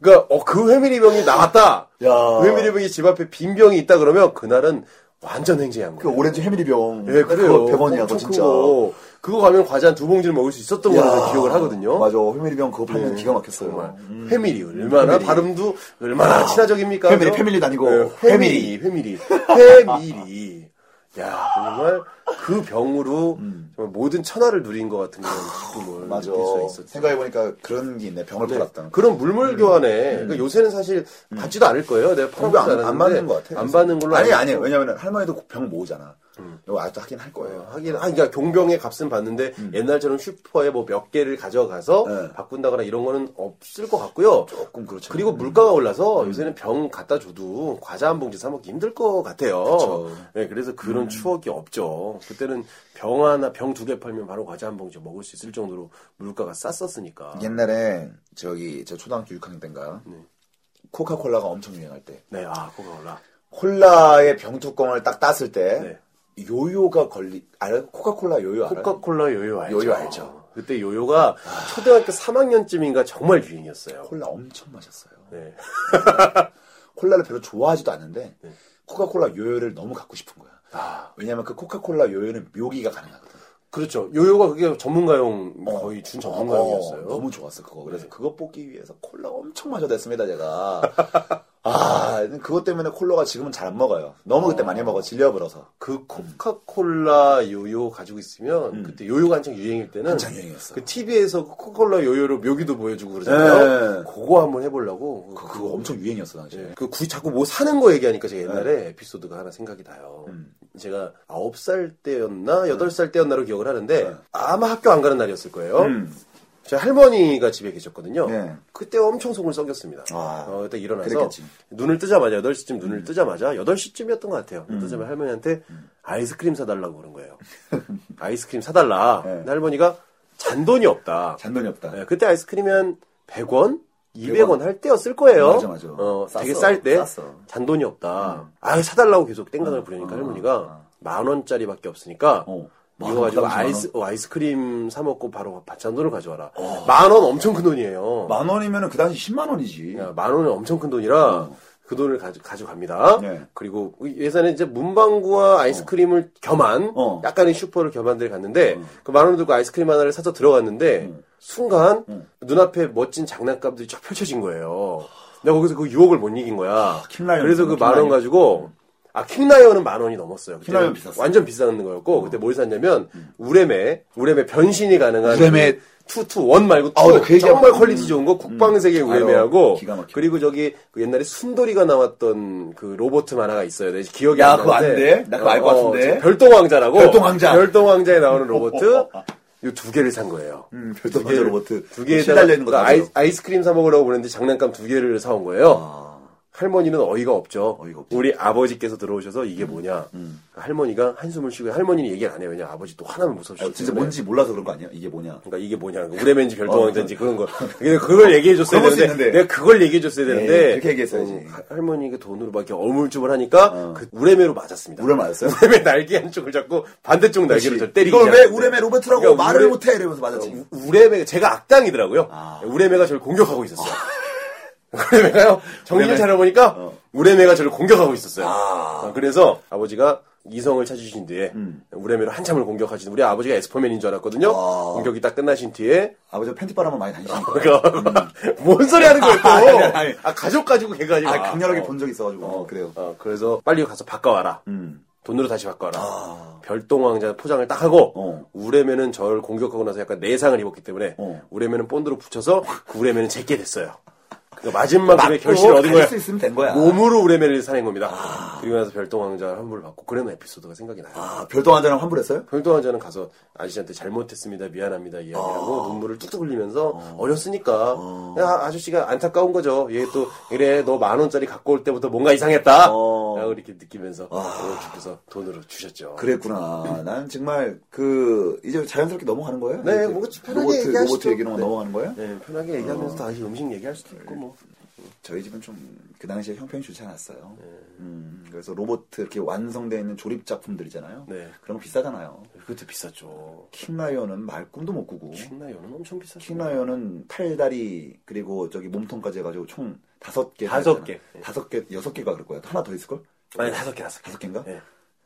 그러니까 어, 그 회밀이병이 나왔다. 네. 야. 회밀이병이 집 앞에 빈 병이 있다 그러면 그날은 완전 횡재한 그 거야. 오렌지 회밀병. 예, 그래요. 그거 100원이야, 그거 엄청 진짜. 큰 거. 그거 가면 과자 한 두 봉지를 먹을 수 있었던 걸로 야, 저는 기억을 하거든요. 예. 음. 맞아. 회밀병 그거 팔면 기가 막혔어요. 정말 회밀이 뭐, 얼마나 회밀이. 발음도 얼마나 친화적입니까? 회밀이, 그죠? 아, 네, 패밀리도 아니고 회밀이 회밀이 회밀이 야 정말 그 병으로 정말 모든 천하를 누린 것 같은 그런 기쁨을 음. 맞아. 느낄 수가 있었죠. 생각해보니까 그런 게 있네. 병을 팔았다. 그런 물물 교환에 그러니까 요새는 사실 받지도 않을 거예요. 내가 음. 그거 안, 팔아보지 않았는데 안 받는 것 같아. 안 받는 걸로 아니, 알고 아니. 왜냐면 할머니도 병 모으잖아. 이거 아직도 하긴 할 거예요. 어, 하긴, 아, 그러니까 경병의 값은 받는데 옛날처럼 슈퍼에 뭐 몇 개를 가져가서 음. 네. 바꾼다거나 이런 거는 없을 것 같고요. 조금 그렇죠. 그리고 물가가 올라서 요새는 병 갖다 줘도 과자 한 봉지 사 먹기 힘들 것 같아요. 그쵸. 네, 그래서 그런 추억이 없죠. 그때는 병 하나, 병 두 개 팔면 바로 과자 한 봉지 먹을 수 있을 정도로 물가가 쌌었으니까. 아. 옛날에 저기 저 초등학교 6학년 때인가 코카콜라가 엄청 유행할 때 네, 아, 코가 올라. 콜라의 병뚜껑을 딱 땄을 때 네. 요요가 걸리 알아요? 코카콜라 요요 알아요? 코카콜라 요요 알죠? 요요 알죠. 그때 요요가 초등학교 3학년쯤인가 정말 유행이었어요. 콜라 엄청 마셨어요. 네. 콜라를 별로 좋아하지도 않는데 코카콜라 요요를 너무 갖고 싶은 거야. 왜냐면 그 코카콜라 요요는 묘기가 가능하거든. 그렇죠. 요요가 그게 전문가용 어. 거의 준 어, 전문가용이었어요. 너무 좋았어 그거. 그래서 그거 뽑기 위해서 콜라 엄청 마셔댔습니다 제가. 아 그것 때문에 콜라가 지금은 잘 안 먹어요. 너무 그때 많이 먹어 질려버려서. 그 코카콜라 요요 가지고 있으면 음. 그때 요요가 한창 유행일 때는 한창 유행이었어. 그 TV에서 코카콜라 요요로 묘기도 보여주고 그러잖아요. 네. 그거 한번 해보려고 그, 그거 엄청 유행이었어 당시에. 예, 그 굳이 자꾸 뭐 사는 거 얘기하니까 제가 옛날에 에피소드가 하나 생각이 나요. 음. 제가 아홉 살 때였나 여덟 살 때였나로 기억을 하는데 네. 아마 학교 안 가는 날이었을 거예요. 음. 제 할머니가 집에 계셨거든요. 네. 그때 엄청 속을 썩였습니다. 아, 어, 그때 일어나서 그랬겠지. 음. 눈을 뜨자마자 8시쯤 눈을 뜨자마자 8시쯤이었던 것 같아요. 눈 뜨자마자 할머니한테 아이스크림 사달라고 그런 거예요. 아이스크림 사달라. 네. 근데 할머니가 잔돈이 없다. 잔돈이 없다. 네, 그때 아이스크림이 한 100원? 200원 할 때였을 거예요. 맞아, 맞아. 어, 되게 쌌어, 쌀 때. 쌌어. 음. 잔돈이 없다. 아, 사달라고 계속 땡깡을 부리니까 어, 할머니가 만 원짜리밖에 없으니까 어. 만 이거 가지고 원, 만 원? 아이스, 어, 아이스크림 사 먹고 바로 반찬돈을 가져와라. 어. 만 원 엄청 큰 돈이에요. 만 원이면은 그 당시 10만 원이지. 어. 야, 만 원은 엄청 큰 돈이라 그 돈을 가져, 가져갑니다. 네. 그리고 예산에 이제 문방구와 아이스크림을 겸한 어. 약간의 슈퍼를 겸한 데를 갔는데 그 만 원 들고 아이스크림 하나를 사서 들어갔는데 음. 순간 눈앞에 멋진 장난감들이 쫙 펼쳐진 거예요. 내가 거기서 그 유혹을 못 이긴 거야. 킹라이언. 그래서 그 만 원 킹라이언. 가지고 아 킹라이언은 만 원이 넘었어요. 그때 킹라이언 비쌌어. 음. 완전 비싼 거였고 그때 뭘 샀냐면 우레메 우레메 변신이 가능한 그 우레메. 투투원 말고 아, 나그 음. 투 얘기하고- 정말 퀄리티 좋은 거 국방색의 아유, 우레메하고 기가 막혀. 그리고 저기 그 옛날에 순돌이가 나왔던 그 로봇 만화가 있어요. 내 기억이 야, 안 그거 나는데. 안 돼? 나 그거 알것 같은데. 저 별똥왕자라고. 별똥왕자. 별똥왕자에 나오는 로봇. 이 두 개를 산 거예요. 음, 두 별똥 개를- 로버트. 두 개에 달려 있는 거 아이, 아이. 아이스크림 사 먹으라고 그랬는데 장난감 두 개를 사온 거예요. 할머니는 어이가 없죠. 아. 어이가 음, 없지. 우리 아버지께서 들어오셔서 이게 뭐냐. 할머니가 한숨을 쉬고 할머니는 얘기를 안 해요. 왜냐 아버지 네. 또 화나면 무섭죠. 진짜 뭔지 몰라서 그런 거 아니야? 이게 뭐냐? 그러니까 이게 뭐냐, 그 우레맨지 별동왕자인지 그런 거. 근데 그걸 얘기해 줬어야 어, 그럴 수 되는데, 있는데. 내가 그걸 얘기해 줬어야 되는데. 네, 그렇게 얘기했어야지. 어, 하- 할머니가 돈으로 막 이렇게 어물쭈물 하니까 그 우레메로 맞았습니다. 우레메 맞았어요? 우레메 날개 한쪽을 잡고 반대쪽 날개를 네, 저 때리기. 이걸 왜 시작하는데. 우레메 로버트라고 그러니까 말을 우레- 못해? 이러면서 맞았지. 어, 우- 우레메가 제가 악당이더라고요. 아. 우레메가 저를 공격하고 있었어요. 우레메가요. 정신을 우레메. 차려보니까 어. 우레메가 저를 공격하고 있었어요. 아. 어, 그래서 아버지가 이성을 찾으신 뒤에 음. 우레메로 한참을 공격하신 우리 아버지가 에스퍼맨인 줄 알았거든요. 아. 공격이 딱 끝나신 뒤에 아버지 가 팬티 바람을 많이 다니시니까. 그러니까 뭔 소리 하는 거예요 또? 아니, 아니, 아니. 아 가족 가지고 걔가 아니라. 아, 강렬하게 어. 본 적이 있어가지고. 어, 그래요. 어, 그래서 빨리 가서 바꿔와라. 음. 돈으로 다시 바꿔와라. 아. 별똥왕자 포장을 딱 하고 어. 우레메는 저를 공격하고 나서 약간 내상을 입었기 때문에 어. 우레메는 본드로 붙여서 그 우레메는 제게 됐어요. 그 마지막에 결실을 맞고 얻은 갈릴 거야. 수 있으면 된 거야. 몸으로 우레메를 사낸 겁니다. 그리고 나서 별똥왕자 환불 받고 그런 에피소드가 생각이 나요. 아, 별똥 한 잔을 환불했어요? 별똥왕자는 가서 아저씨한테 잘못했습니다 미안합니다 이야기하고 눈물을 뚝뚝 흘리면서 아. 어. 렸으니까 아, 저씨가 안타까운 거죠 얘 또 그래 너 만 원짜리 갖고 올 때부터 뭔가 이상했다 어. 라고 이렇게 느끼면서 어, 주께서 돈으로 주셨죠 그랬구나. 난 정말 그 이제 자연스럽게 넘어가는 거예요? 네, 이제 뭔가 편하게 로버트, 얘기하시죠. 로버트 얘기는 거 네. 넘어가는 거예요? 네, 편하게 얘기하면서 다시 음식 얘기할 수도 있고 뭐 저희 집은 좀 그 당시에 형편이 좋지 않았어요. 네. 음, 그래서 로봇 이렇게 완성되어 있는 조립 작품들이잖아요. 네. 그런 거 비싸잖아요. 그것도 비쌌죠 킹라이언은 말 꿈도 못 꾸고 킹라이언은 엄청 비쌌죠 킹라이언은 팔다리 그리고 저기 몸통까지 해가지고 총 다섯 개 다섯 개. 했잖아. 다섯 개 여섯 개가 그럴 거야. 하나 더 있을 걸? 아니 다섯 개 다섯 개 다섯 개인가? 네.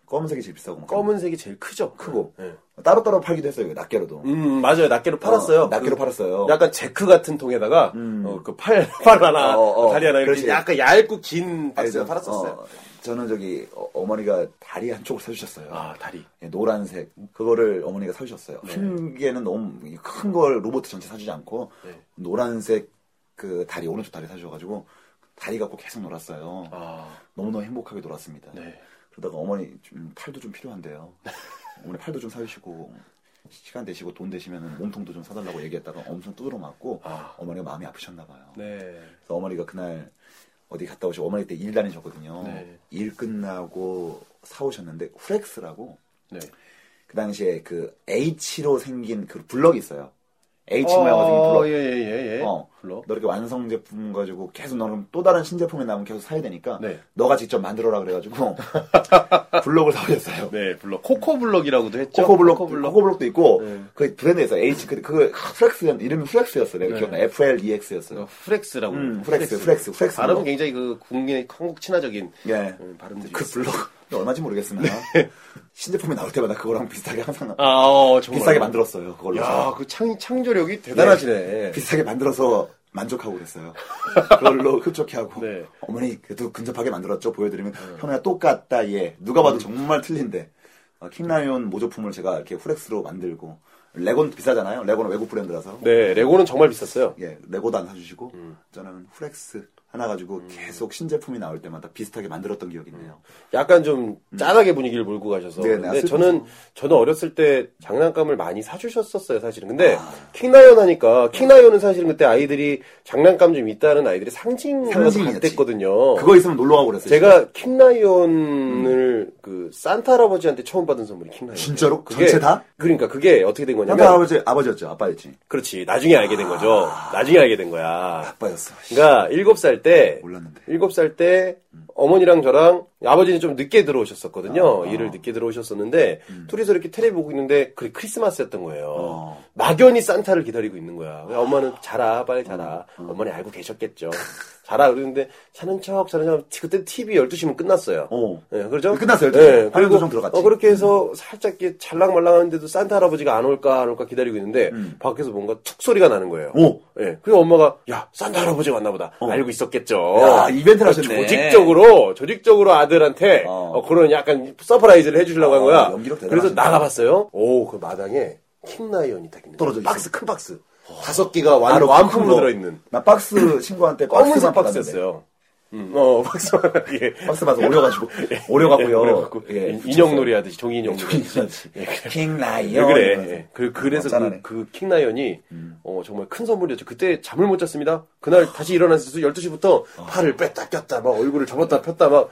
검은색이 제일 비싸고 막. 검은색이 제일 크죠 크고 네. 따로 따로 팔기도 했어요. 이거 낱개로도. 음 맞아요 낱개로 팔았어요 어, 낱개로 그- 팔았어요. 음. 약간 제크 같은 통에다가 어, 그팔팔 하나 어, 어. 다리 하나 이렇게 그렇지. 약간 얇고 긴 박스에 그래서, 팔았었어요. 예, 어, 저는 저기 어, 어머니가 다리 한쪽을 사주셨어요. 아 다리. 네. 예, 노란색 그거를 어머니가 사주셨어요. 큰 게는 너무 큰 걸 로봇 전체 사주지 않고 네. 노란색 그 다리 오른쪽 다리 사주셔가지고 다리 갖고 계속 놀았어요. 아 너무너무 행복하게 놀았습니다. 네. 그러다가 어머니 좀 팔도 좀 필요한데요. 어머니 팔도 좀 사주시고 시간 되시고 돈 되시면 몸통도 좀 사달라고 얘기했다가 엄청 두드러 맞고 아. 어머니가 마음이 아프셨나 봐요. 네. 그래서 어머니가 그날 어디 갔다 오시고 어머니 때 일 다니셨거든요. 네. 일 끝나고 사오셨는데 후렉스라고 네. 그 당시에 그 H로 생긴 그 블럭이 있어요. H 어, 모양으로 생긴 블럭. 예예예 예. 어, 블럭. 너 이렇게 완성 제품 가지고 계속 너는 또 다른 신제품이 나오면 계속 사야 되니까 네. 너가 직접 만들어라 그래가지고 블록을 사오셨어요. 네 블럭. 코코 블럭이라고도 했죠. 코코블록, 코코블럭. 코코블록도 있고 네. 그 브랜드에서 H 그, 그 프렉스 이름이 프렉스였어 내가 네. 기억나 E FLEX였어요. 프렉스라고. 음, 프렉스, 프렉스, 프렉스 발음은 블럭. 굉장히 그 국민의 한국 친화적인 예. 음, 발음들이. 그 있어요. 블록 근데 얼마인지 모르겠으나 신제품이 나올 때마다 그거랑 비슷하게 항상 아, 어, 정말. 비싸게 만들었어요. 그걸로. 야, 그 창, 창조력이 대단하시네. 예, 예. 비싸게 만들어서 만족하고 그랬어요. 그걸로 흡족해하고 네. 어머니 그래도 근접하게 만들었죠. 보여드리면 현우야 똑같다 얘 누가 음. 봐도 정말 틀린데 어, 킹라이온 모조품을 제가 이렇게 후렉스로 만들고 레고는 비싸잖아요. 레고는 외국 브랜드라서 네, 음. 레고는 정말 비쌌어요. 예 레고도 안 사주시고 저는 후렉스 하나 가지고 음. 계속 신제품이 나올 때마다 비슷하게 만들었던 기억이 있네요. 약간 좀 짠하게 분위기를 몰고 가셔서. 음. 네, 네, 근데 슬퍼서. 저는 저는 어렸을 때 장난감을 많이 사주셨었어요, 사실은. 근데 아. 킹라이언 하니까 킹라이언은 사실은 그때 아이들이 장난감 좀 있다는 아이들이 상징으로 상징이었지. 갔댔거든요. 그거 있으면 놀러 가고 그랬어요. 제가 킹라이온을 그 산타 할아버지한테 처음 받은 선물이 킹라이온. 진짜로? 전체 다? 그러니까 그게 어떻게 된 현우 거냐면 아버지 아. 아버지였죠. 아빠였지. 그렇지 나중에 알게 된 거죠. 나중에 알게 된 거야. 아빠였어. 그러니까 일곱 살 때, 몰랐는데. 일곱 살 때 어머니랑 저랑 아버지는 좀 늦게 아. 들어오셨었거든요. 일을 늦게 들어오셨었는데 둘이서 이렇게 테레비 보고 있는데 그게 크리스마스였던 거예요. 음. 어. 막연히 산타를 기다리고 있는 거야. 그래서 엄마는 자라, 빨리 자라. 어머니 알고 계셨겠죠. 자라 그러는데 자는 척 자는 척 그때 TV 12시면 끝났어요. 어. 예, 그렇죠? 끝났어요. 예, 화요일도 그리고 좀 들어갔지. 음. 어, 그렇게 해서 살짝 이렇게 잘랑말랑 하는데도 산타 할아버지가 안 올까 안 올까 기다리고 있는데 음. 밖에서 뭔가 툭 소리가 나는 거예요. 오. 예. 그래서 엄마가 야 산타 할아버지 왔나 보다. 알고 있었겠죠. 어. 그러니까 야, 이벤트를 하셨네. 조직적으로 조직적으로 아들한테 어. 어, 그런 약간 서프라이즈를 해주려고 한 어, 거야. 연기력 그래서 대단하시네. 나가봤어요. 오 그 마당에 킹라이언이 딱 있는 거야. 떨어져 있어. 박스 큰 박스 다섯 개가 완, 나로 완품으로 큰 거. 들어있는 나 박스 친구한테 검은색 박스만 받았는데. 박스였어요. 음, 어 박스 예. 박스 받아서 오려가지고 예, 오려가고요. 오려갖고. 인- 인형놀이 하듯이 종이 인형놀이 하듯이 킹 왜 라이언. 네. 어, 그래? 그, 그래서 그, 짠하네. 음. 그 킹라이언이 어, 정말 큰 선물이었죠. 그때 잠을 못 잤습니다. 그날 다시 일어나서 12시부터 아. 팔을 뺐다 꼈다 막 얼굴을 접었다 폈다 막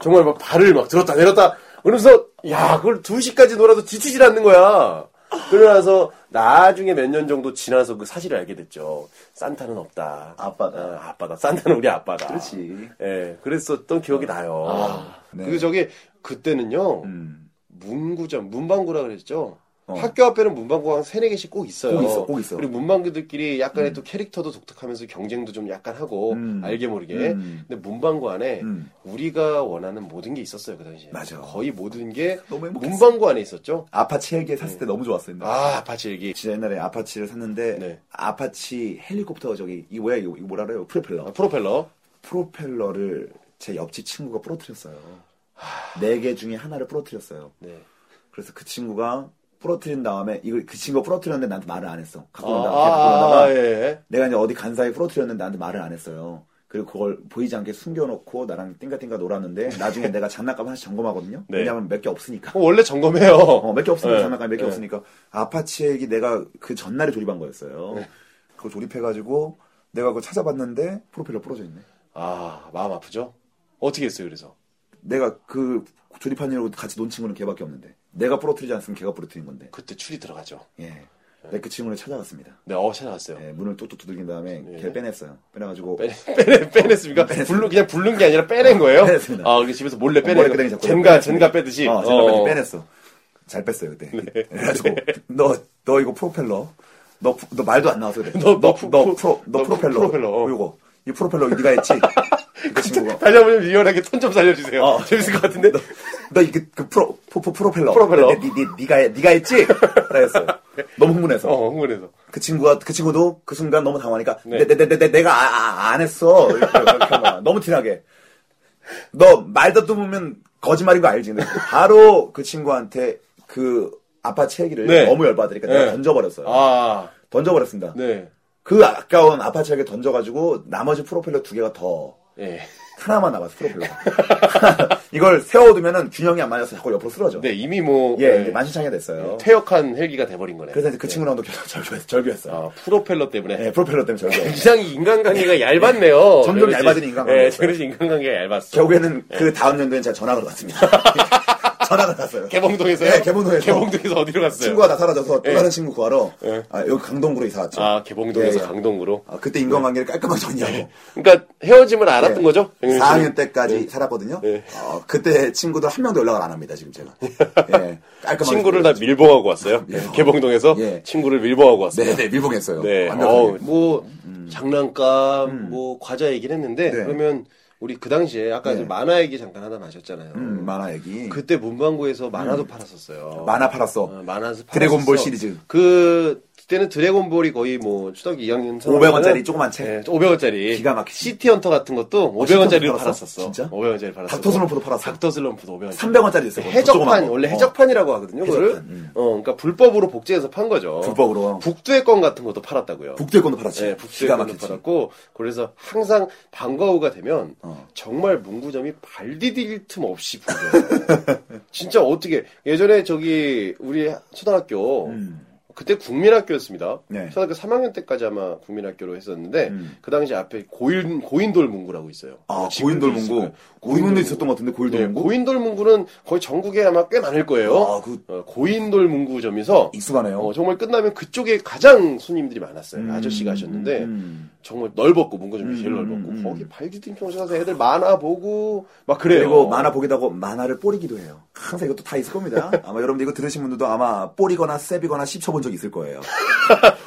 정말 막 발을 막 들었다 내렸다 그러면서 야 그걸 2시까지 놀아도 지치질 않는 거야. 그러나서 나중에 몇 년 정도 지나서 그 사실을 알게 됐죠. 산타는 없다. 아빠다. 어, 아빠다. 산타는 우리 아빠다. 그렇지. 아. 예, 그랬었던 기억이 나요. 네. 그리고 저게 그때는요. 음. 문구점, 문방구라 그랬죠. 어. 학교 앞에는 문방구가 한 세네 개씩 꼭 있어요. 꼭 있어, 꼭 있어. 그리고 문방구들끼리 약간의 또 캐릭터도 독특하면서 경쟁도 좀 약간 하고, 음. 알게 모르게. 음. 근데 문방구 안에 음. 우리가 원하는 모든 게 있었어요, 그 당시에. 맞아. 거의 모든 게 너무 행복했어. 문방구 안에 있었죠. 아파치 헬기 샀을 때 너무 좋았어요. 나. 아, 아파칠기. 진짜 옛날에 아파치를 샀는데 네. 아파치 헬리콥터 저기 이 뭐야 이거, 이거 뭐라 그래요? 프로펠러. 아, 프로펠러. 프로펠러를 제 옆집 친구가 부러뜨렸어요. 네 개 중에 하나를 부러뜨렸어요. 네. 그래서 그 친구가 부러뜨린 다음에 이걸 그 친구가 부러뜨렸는데 나한테 말을 안 했어. 아, 갖고 온다. 갖고 아, 온다가 아, 예. 내가 이제 어디 간 사이에 부러뜨렸는데 나한테 말을 안 했어요. 그리고 그걸 보이지 않게 숨겨놓고 나랑 띵가띵가 놀았는데 나중에 내가 장난감 하나씩 점검하거든요. 네. 왜냐하면 몇 개 없으니까. 어, 원래 점검해요. 어, 몇 개 없으니까 네. 장난감 몇 개 네. 없으니까 아파치 액이 내가 그 전날에 조립한 거였어요. 네. 그걸 조립해가지고 내가 그걸 찾아봤는데 프로펠러 부러져 있네. 아, 마음 아프죠? 어떻게 했어요, 그래서? 내가 그 조립한 일하고 같이 논 친구는 걔밖에 없는데 내가 부러뜨리지 않으면 걔가 부러뜨린 건데. 그때 추리 들어가죠. 예. 내가 그 친구를 찾아갔습니다. 네, 어, 찾아갔어요. 예, 문을 뚝뚝 두들긴 다음에 걔를 빼냈어요. 빼내가지고 네. 빼내, 빼냈습니까? 불루, 그냥 부른 게 아니라 빼낸 거예요? 빼냈습니다. 아, 그 집에서 몰래 머리 빼낸 그대로 거. 잡고 젠가, 빼냈습니다. 젠가 빼듯이. 어, 제가 어. 네. 어. 빼냈어. 잘 뺐어요 그때. 그래가지고 너, 너 이거 프로펠러. 너, 프- 너 말도 안 나와서 그래. 너- 너 프- 너, 프- 프로, 너 너 프로펠러. 프로펠러, 어. 이거 이 프로펠러 네가 했지. 그 친구가. 다시 한번 좀 리얼하게 톤 좀 살려주세요. 어. 재밌을 것 같은데. 너 이거 그 프로 프로 프로펠러. 프로펠러. 네, 네, 네, 네가 해- 네가 했지. 그랬어. 너무 흥분해서. 어, 흥분해서. 그 친구가 그 친구도 그 순간 너무 당황하니까 네. 내, 내, 내, 내, 내, 내가 아, 아, 안 했어 이렇게, 이렇게 막 너무 티나게 너 말도 듬으면 거짓말인 거 알지 근데 바로 그 친구한테 그 아파치 얘기를 네. 너무 열받으니까 네. 내가 던져버렸어요 아, 던져버렸습니다 네. 그 아까운 아파치 얘기 던져가지고 나머지 프로펠러 두 개가 더 예. 하나만 남았어 프로펠러 이걸 세워두면은 균형이 안 맞아서 자꾸 옆으로 쓰러져 네, 이미 뭐. 예 예. 이제 만신창이가 됐어요 퇴역한 헬기가 돼버린 거네. 그래서 이제 그 친구랑도 계속 절규했, 절규했어요 아, 프로펠러 때문에. 예, 프로펠러 때문에 절규 이상이 인간관계가 얇았네요. 점점 그렇지. 얇아지는 인간관계. 예, 그래서 인간관계가 얇았어. 결국에는 네. 그 다음 연도엔 제가 전학을 갔습니다. 전학을 갔어요. 개봉동에서요? 네, 개봉동에서. 개봉동에서 어디로 갔어요? 네. 친구가 다 사라져서 또 다른 친구 구하러 아, 여기 강동구로 이사 왔죠. 아, 개봉동에서 예, 예. 강동구로. 아, 그때 인간관계를 깔끔하게 정리하고 그러니까 헤어짐을 알았던 거죠? 네. 정윤 씨는? 4학년 예. 때까지 살았거든요. 어, 그때 친구들 한 명도 연락을 안 합니다. 지금 제가 예, 깔끔하게 친구를 다 밀봉하고 왔어요. 예. 개봉동에서 예. 친구를 밀봉하고 왔어요. 네네 밀봉했어요. 네. 완벽하게. 어우, 뭐 장난감, 뭐 과자 얘기를 했는데 네. 그러면 우리 그 당시에 아까 네. 이제 만화 얘기 잠깐 하다 마셨잖아요. 음, 만화 얘기. 그때 문방구에서 만화도 팔았었어요. 만화 팔았어. 어, 만화에서 팔았었어. 드래곤볼 시리즈. 그 그때는 드래곤볼이 거의 뭐 초등학교 2학년 500원짜리 조그만 책. 네, 500원짜리 기가 막히지. 시티헌터 같은 것도 시티 500원짜리로 헌터 팔았어? 팔았었어. 진짜? 500원짜리 팔았어. 닥터슬럼프도 팔았어. 닥터슬럼프도 500원. 300원짜리 있어. 해적판 원래 해적판이라고 하거든요. 그거를. 해적판, 음. 어, 그러니까 불법으로 복제해서 판 거죠. 어, 불법으로. 북두의 건 같은 것도 팔았다고요. 북대권도 팔았지. 예, 어. 북두의 기가 건도 막히지. 팔았고 그래서 항상 방과후가 되면 어. 정말 문구점이 발 디딜 틈 없이 붐벼요. 진짜 어떻게 예전에 저기 우리 초등학교 음. 그때 국민학교였습니다. 네. 초등학교 3학년 때까지 아마 국민학교로 했었는데 음. 그 당시 앞에 고인 고인돌 문구라고 있어요. 아, 뭐 지금도 고인돌 있을 문구. 거예요. 고인돌도 있었던 것 같은데, 고인돌 네, 문구? 고인돌 문구는 거의 전국에 아마 꽤 많을 거예요. 아, 그- 어, 고인돌 문구점에서 익숙하네요. 어, 정말 끝나면 그쪽에 가장 손님들이 많았어요. 음. 아저씨가 하셨는데 음. 정말 넓었고 문구점이 제일 음, 넓었고 음, 거기 발디딘 평소 가서 애들 만화 보고 막 그래요. 그리고 만화 보기도 하고 만화를 뿌리기도 해요. 항상 이것도 다 있을 겁니다. 아마 여러분들 이거 들으신 분들도 아마 뿌리거나 셉이거나 씹혀본 적이 있을 거예요.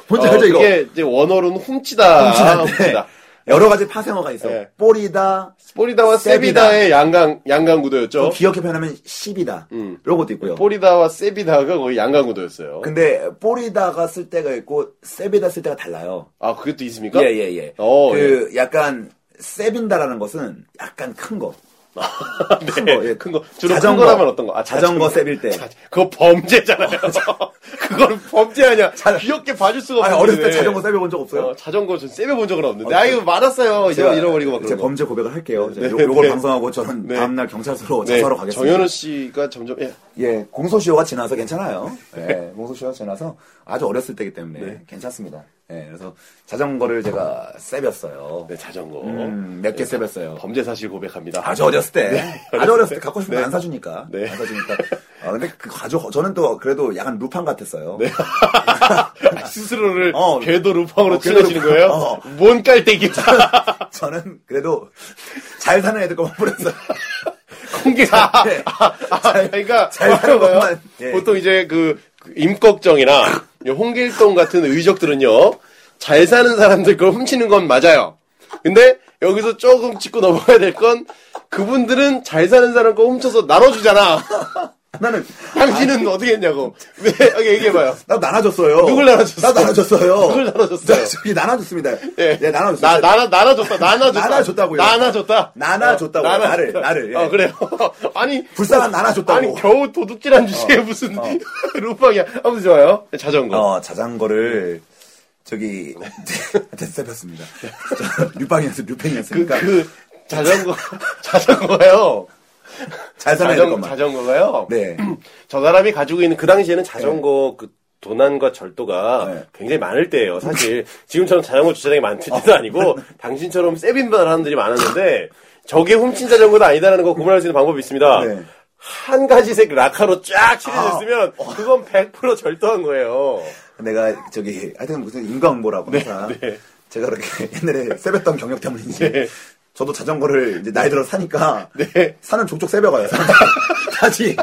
뭔지 어, 알죠 이거? 이게 아, 이제 원어로는 훔치다. 훔치다인데 네. 여러 가지 파생어가 있어. 예. 뿌리다, 뿌리다와 세비다. 뭐 세비다의 양강 양강 구도였죠. 또 기억해 표현하면 씹이다. 음. 이런 것도 있고요. 뿌리다와 세비다가 거의 양강 구도였어요. 근데 뿌리다가 쓸 때가 있고 셉이다 쓸 때가 달라요. 아 그것도 있습니까? 예예예. 어, 그 약간 셉인다라는 것은 약간 큰 거. 큰 거, 예. 아, 네. 큰 거. 주로 자전거. 큰 거라면 어떤 거? 자전거 셉일 때. 어, 자- 그거 범죄잖아요. 그거는 범죄 아니야. 자- 귀엽게 봐줄 수가 없는데. 아니 어렸을 때 자전거 셉해본 적 없어요? 어, 자전거 전 세배본 적은 없는데. 아, 이거 많았어요. 이제 잃어버리고 막 제 그런 거. 범죄 고백을 할게요. 네, 요, 걸 네. 방송하고 저는 네. 다음날 경찰서로 자수하러 가겠습니다. 정현우 씨가 점점, 예. 예, 공소시효가 지나서 괜찮아요. 네. 예, 공소시효가 지나서 아주 어렸을 때이기 때문에 괜찮습니다. 예, 그래서 자전거를 제가 세볐어요. 네, 자전거. 네, 음, 몇개 세볐어요. 범죄 사실 고백합니다. 아주 어렸을 때. 아주 어렸을 때 갖고 싶으면 네. 안 사주니까. 네. 안 사주니까. 아, 근데 그 아주 거- 저는 또 그래도 약간 루팡 같았어요. 네. 스스로를 어. 궤도 루팡으로 어, 궤도 칠해지는 루팡. 거예요? 어. 뭔 깔때기. 저는 그래도 잘 사는 애들 것만 뿌렸어요. 공개사. 아, 네. 잘- 그러니까 잘 사는 것만. 예. 보통 이제 그, 그 임꺽정이나 이 홍길동 같은 의적들은요 잘 사는 사람들 걸 훔치는 건 맞아요. 근데 여기서 조금 짚고 넘어가야 될 건 그분들은 잘 사는 사람 거 훔쳐서 나눠주잖아. 나는 당신은 어떻게 했냐고. 왜 여기 얘기해봐요. 나 나눠줬어요. 누굴 나눠줬어요? 나 나눠줬어요. 누굴 나눠줬어요? 나 저기 나눠줬습니다. 예, 예, 나눠줬어요. 나 나나 나눠줬다. 나눠줬다. 나눠줬다고요. 나눠줬다. 어, 나눠줬다고요. 나눠- 나를, 나를, 예. 어 그래요. 아니 불쌍한 나눠줬다고. 어, 아니 겨우 도둑질한 주제에 무슨 루팡이야. 아무튼 좋아요. 네, 자전거. 어, 자전거를 저기 네. 대세였습니다. 류팡이었어, 류팽이었으니까 그 자전거 자전거가요. 잘 사는 애들 자전, 것만. 자전거가요. 네, 저 사람이 가지고 있는 그 당시에는 자전거 그 도난과 절도가 네. 굉장히 많을 때예요. 사실 지금처럼 자전거 주차장이 많을 어. 때도 아니고 당신처럼 세빈바를 사람들이 많았는데 저게 훔친 자전거다 아니다라는 거 구분할 수 있는 방법이 있습니다. 네. 아, 한 가지색 라카로 쫙 칠해졌으면 어. 그건 100% 절도한 거예요. 내가 저기 하여튼 무슨 인과응보라고 네, 항상 제가 그렇게 옛날에 세뱃던 경력 때문인지 저도 자전거를 이제 나이 들어 사니까 네. 사는 족족 세배가요. 다시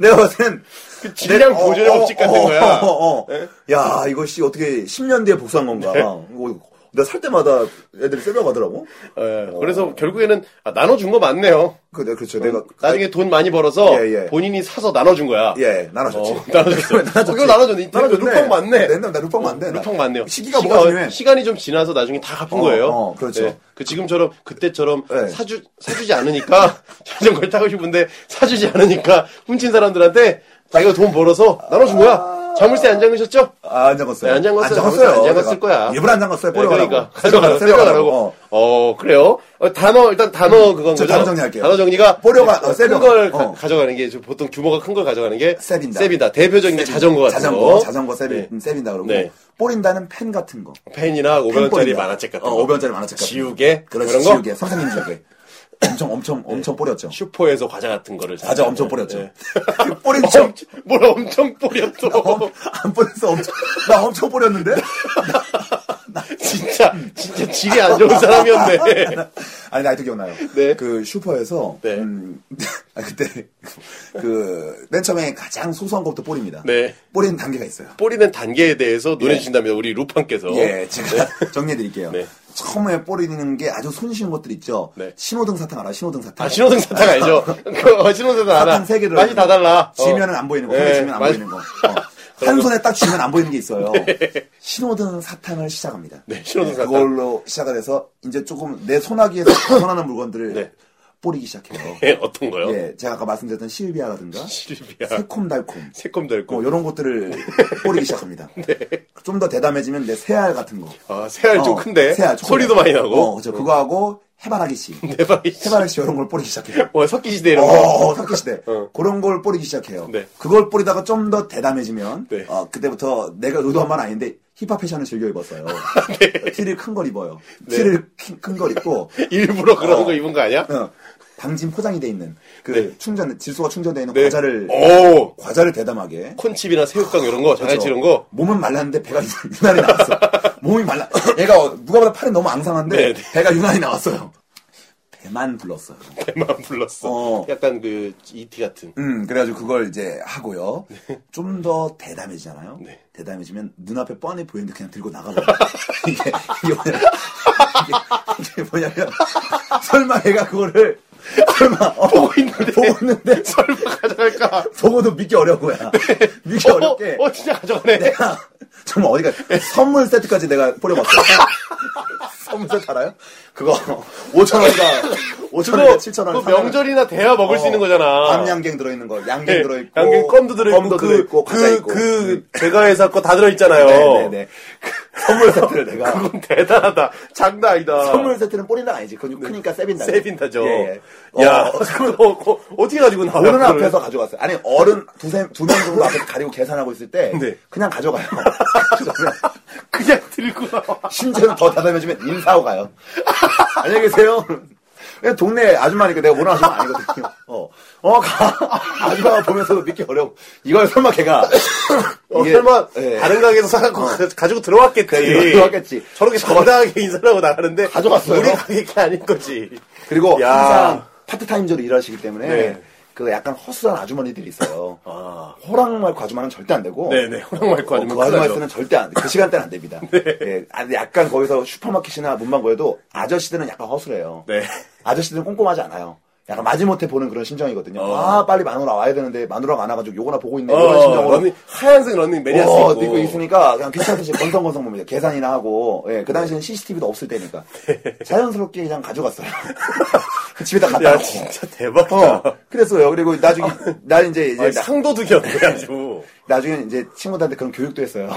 내가 봤을 땐그 질량 내- 어, 보존 어, 법칙 같은 어, 거야. 네. 어, 어, 어. 야 이거 씨 어떻게 10년 뒤에 복수한 건가? 어, 이거 내가 살 때마다 애들이 세배가더라고. 예, 그래서 결국에는 아, 나눠준 거 맞네요. 그 내가 그렇죠. 내가 어, 나중에 돈 많이 벌어서 예, 예. 본인이 사서 나눠준 거야. 예, 나눠줬지. 어, 나눠줬어. 어, 그거 나눠줬네. 루팡 맞네. 옛날 나 루팡 맞네. 나. 루팡 맞네요. 시기가 뭐가 중요해? 시간이 좀 지나서 나중에 다 갚은 어, 거예요. 어, 그렇죠. 네. 그 지금처럼 그때처럼 네. 사주 사주지 않으니까 자전거를 타고 싶은데 사주지 않으니까 훔친 사람들한테 자기가 돈 벌어서 나눠준 거야. 자물쇠 안 잠그셨죠? 아, 안 잠갔어요. 네, 안 잠갔어요. 잠갔어요. 안 잠갔을 제가. 거야. 일부러 안 잠갔어요. 네, 뽀려가라고. 그러니까 가져가라고. 세배가라고. 세려가라고. 어. 어. 음. 그래요. 어, 단어 일단 단어 그건 저 거죠. 단어 정리할게요. 단어 정리가 네, 뽀려가- 어, 세려가. 큰걸 어. 가져가는 게 저 보통 규모가 큰 걸 가져가는 게 세빈다. 대표적인 게 자전거 같은 자전거, 거. 자전거 세빈, 네. 세빈다 그러고. 네. 뿌린다는 펜 같은 거. 펜이나 500원짜리 아, 펜뿌린다. 만화책 같은 어, 거. 500원짜리 만화책 같은 지우개 거. 그렇지, 그런 거. 지우개. 선생님 지우개. 엄청, 엄청, 엄청 뿌렸죠. 슈퍼에서 과자 같은 거를 과자 사면. 엄청 뿌렸죠. 그 네. 뿌린 엄, 척. 뭘 엄청 뿌렸어. 엄- 안 뿌렸어. 엄청, 나 엄청 뿌렸는데? 진짜 진짜 질이 안 좋은 사람이었네. 아니 나이도 기억나요. 네. 그 슈퍼에서 네. 음, 아, 그때 그 맨 처음에 가장 소소한 것부터 뿌립니다. 네. 뿌리는 단계가 있어요. 뿌리는 단계에 대해서 논해 주신다면 우리 루팡께서 예, 제가 예, 정리해 드릴게요. 네. 처음에 뿌리는 게 아주 손쉬운 것들 있죠. 네. 신호등 사탕 알아? 신호등 사탕. 아, 신호등 사탕 알죠? 그, 어, 신호등 사탕 알아. 사탕 세 개를 맛이 다 달라. 어. 지면은 안 보이는 거, 예, 손에 지면 안 맞- 보이는 거. 어. 한 손에 딱 쥐면 안 보이는 게 있어요. 신호등 사탕을 시작합니다. 네, 신호등 사탕. 그걸로 시작을 해서 이제 조금 내 손아귀에서 벗어나는 물건들을 네. 뿌리기 시작해요. 예, 어떤 거요? 예, 제가 아까 말씀드렸던 실비아라든가 실비아. 새콤달콤 새콤달콤. 네. 뭐 이런 것들을 뿌리기 시작합니다. 좀 더 대담해지면 내 새알 같은 거. 아, 새알 좀 어, 큰데. 새알 조금 소리도 큰- 많이 나고. 어, 그죠. 그거하고 해바라기 씨. 대박이. 해바라기 씨 이런 걸 뿌리기 시작해요. 뭐, 석기시대 이런 거. 어, 석기 시대. 어. 그런 걸 뿌리기 시작해요. 네. 그걸 뿌리다가 좀 더 대담해지면 네. 어, 그때부터 내가 의도한 건 아닌데 힙합 패션을 즐겨 입었어요. 네. 티를 큰 걸 입어요. 티를 큰 걸 입고 일부러 그런 어. 거 입은 거 아니야? 어, 방진 포장이 돼 있는 그 네. 충전 질소가 충전돼 있는 네. 과자를 오! 과자를 대담하게 콘칩이나 새우깡 이런 거, 그렇죠. 장난치 이런 그렇죠. 거. 몸은 말랐는데 배가 유난히 나왔어. 몸이 말라. 얘가 어, 누가 보다 팔이 너무 앙상한데 네, 네. 배가 유난히 나왔어요. 배만 불렀어요. 배만 불렀어. 어. 약간 그, 이티 같은. 음, 그래가지고 그걸 이제 하고요. 좀 더 대담해지잖아요. 네. 대담해지면 눈앞에 뻔히 보이는데 그냥 들고 나가버려. 이게, 이게 뭐냐. 이게, 이게 뭐냐면, 설마 얘가 그거를, 설마, 어, 보고 있는데. 보고 있는데, 설마 가져갈까? 보고도 믿기 어려운 거야. 믿기 어렵게. 네. 어, 어, 진짜 가져가네. 내가 정말 어디가 선물 세트까지 내가 뿌려봤어. 선물 세트 알아요? 그거 5천 원이가 5천 그거, 원이가 7천 원. 그거 명절이나 대야 먹을 수 있는 거잖아. 암양갱 들어있는 거, 양갱 네, 들어있고, 양갱 껌도 들어있고, 껌도 그, 들어있고, 과자 그, 있고. 음. 그, 제가 회사 거 다 들어있잖아요. 네네네. 그 선물 세트를 내가 그건 대단하다. 장난 아니다. 선물 세트는 뿌리는 아니지. 그건 크니까 세빈다. 네. 세빈다죠. 예, 예. 야, 어, 그걸 어, 어, 어떻게 가지고 나와? 어른 그걸? 앞에서 가져갔어요. 아니 어른 두명 정도 앞에서 가리고 계산하고 있을 때 네. 그냥 가져가요. 그냥 들고 나와. 심지어는 더 다담해주면 인사하고 가요. 안녕히 계세요. 그냥 동네 아줌마니까 내가 모르는 아줌마 아니거든요. 어, 어, 가. 아줌마가 보면서도 믿기 어려워. 이걸 설마 걔가. 어, 이게- 설마 예. 다른 가게에서 사갖고 가- 가지고 들어왔겠지. 그래, 들어왔겠지. 저렇게 정당하게 인사를 하고 나가는데 가져갔어요. 우리 가게가 아닌 거지. 그리고 야. 항상 파트타임제로 일하시기 때문에. 네. 그 약간 허술한 아주머니들이 있어요. 아. 호랑말고 아주머니는 절대 안 되고. 네네, 호랑말고 아주머니 그 큰일 나죠. 네. 아주머니는 절대 안, 그 시간대는 안 됩니다. 예, 아, 근데 약간 거기서 슈퍼마켓이나 문방구에도 아저씨들은 약간 허술해요. 네. 아저씨들은 꼼꼼하지 않아요. 약간 마지못해 보는 그런 심정이거든요. 어. 아, 빨리 마누라 와야 되는데, 마누라가 안 와가지고 요거나 보고 있네. 이런 어, 심정으로. 러닝, 하얀색 러닝 메리아스 어, 입고. 믿고 있으니까 그냥 귀찮듯이 건성건성 봅니다. 계산이나 하고, 예, 그 당시에는 CCTV도 없을 때니까. 자연스럽게 그냥 가져갔어요. 집에다 갖다 예. 야, 놓고. 진짜 대박이다. 어, 그랬어요. 그리고 나중에, 나 이제, 이제, 아니, 나- 상도둑이었네, 아주. 나중에 이제 친구들한테 그런 교육도 했어요.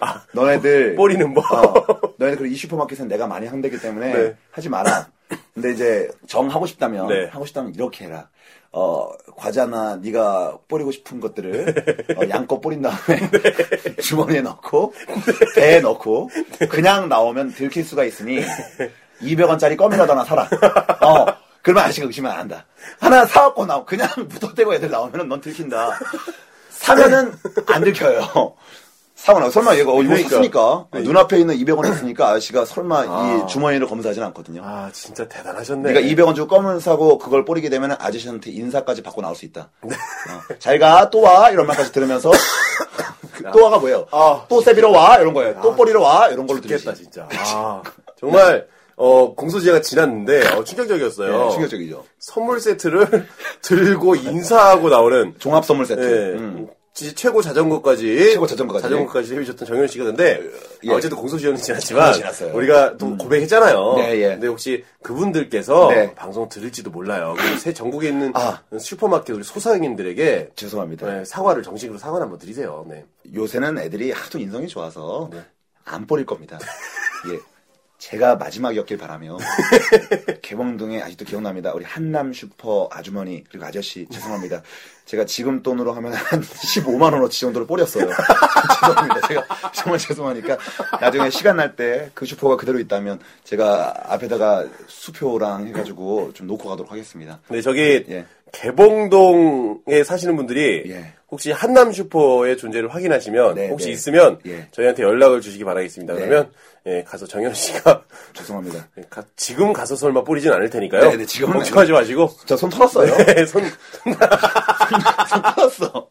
아, 너네들 뿌리는 법. 어, 너네들 그이 슈퍼마켓은 내가 많이 상대기 때문에 네. 하지 마라. 근데 이제 정 하고 싶다면 네. 하고 싶다면 이렇게 해라. 어 과자나 네가 뿌리고 싶은 네. 것들을 어, 양껏 뿌린 다음에 주머니에 넣고 네. 배에 넣고 그냥 나오면 들킬 수가 있으니 200원짜리 껌이라도 하나 사라. 어 그러면 아저씨가 의심을 안 한다. 하나 사갖고 나오 그냥 무턱대고 애들 나오면 넌 들킨다. 사면은 안 들켜요. 사고 나고 설마 얘가 어, 이거 그러니까. 샀으니까 눈앞에 있는 200원 있으니까 아저씨가 설마 이 주머니를 검사하진 않거든요. 아, 진짜 대단하셨네. 네가 200원 주고 껌을 사고 그걸 뿌리게 되면 아저씨한테 인사까지 받고 나올 수 있다. 네. 어, 잘가 또 와 이런 말까지 들으면서 그, 또 와가 뭐예요? 아, 또 세비러 와 이런 거예요. 또 뿌리러 와 이런 걸로 들리지. 좋겠다 진짜. 아, 정말 어, 공소시효가 지났는데 어, 충격적이었어요. 네, 충격적이죠. 선물 세트를 들고 인사하고 나오는 종합 선물 세트. 예, 음. 지- 최고 자전거까지 최고 자전거까지. 해주셨던 정현 씨가 근데 예. 아, 어쨌든 공소시효는 지났지만 지났어요. 음. 우리가 또 고백했잖아요. 네, 예. 근데 혹시 그분들께서 네. 방송 들을지도 몰라요. 그리고 새 전국에 있는 아. 슈퍼마켓 우리 소상인들에게 죄송합니다. 네, 사과를 정식으로 사과를 한번 드리세요. 네. 요새는 애들이 하도 인성이 좋아서 안 뿌릴 겁니다. 예. 제가 마지막이었길 바라며 개봉동에 아직도 기억납니다. 우리 한남 슈퍼 아주머니 그리고 아저씨 죄송합니다. 제가 지금 돈으로 하면 한 15만 원어치 정도를 뿌렸어요. 죄송합니다. 제가 정말 죄송하니까 나중에 시간 날 때 그 슈퍼가 그대로 있다면 제가 앞에다가 수표랑 해가지고 좀 놓고 가도록 하겠습니다. 네, 저기 예. 개봉동에 사시는 분들이 예. 혹시 한남 슈퍼의 존재를 확인하시면 네, 혹시 네. 있으면 예. 저희한테 연락을 주시기 바라겠습니다. 네. 그러면 예, 가서 정현우 씨가 죄송합니다. 가- 지금 가서 설마 뿌리진 않을 테니까요. 네, 네, 지금은 네. 걱정하지 마시고 저 손 털었어요. 네, 손 손 털었어.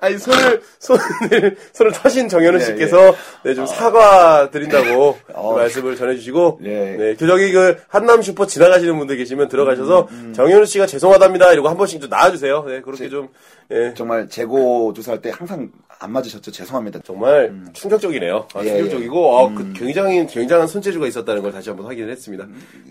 아니 손을 손을 손을 터신 정현우 예, 씨께서 네, 좀 사과 드린다고 그 어. 말씀을 전해주시고 예. 네, 저기 그 한남 슈퍼 지나가시는 분들 계시면 들어가셔서 음, 정현우 씨가 죄송하답니다 이러고 한 번씩 좀 나와주세요. 네, 그렇게 좀 예. 정말 재고 조사할 때 항상 안 맞으셨죠? 죄송합니다. 정말 충격적이네요. 아, 음. 예, 예. 충격적이고 아, 그 굉장히 굉장한 손재주가 있었다는 걸 다시 한번 확인을 했습니다.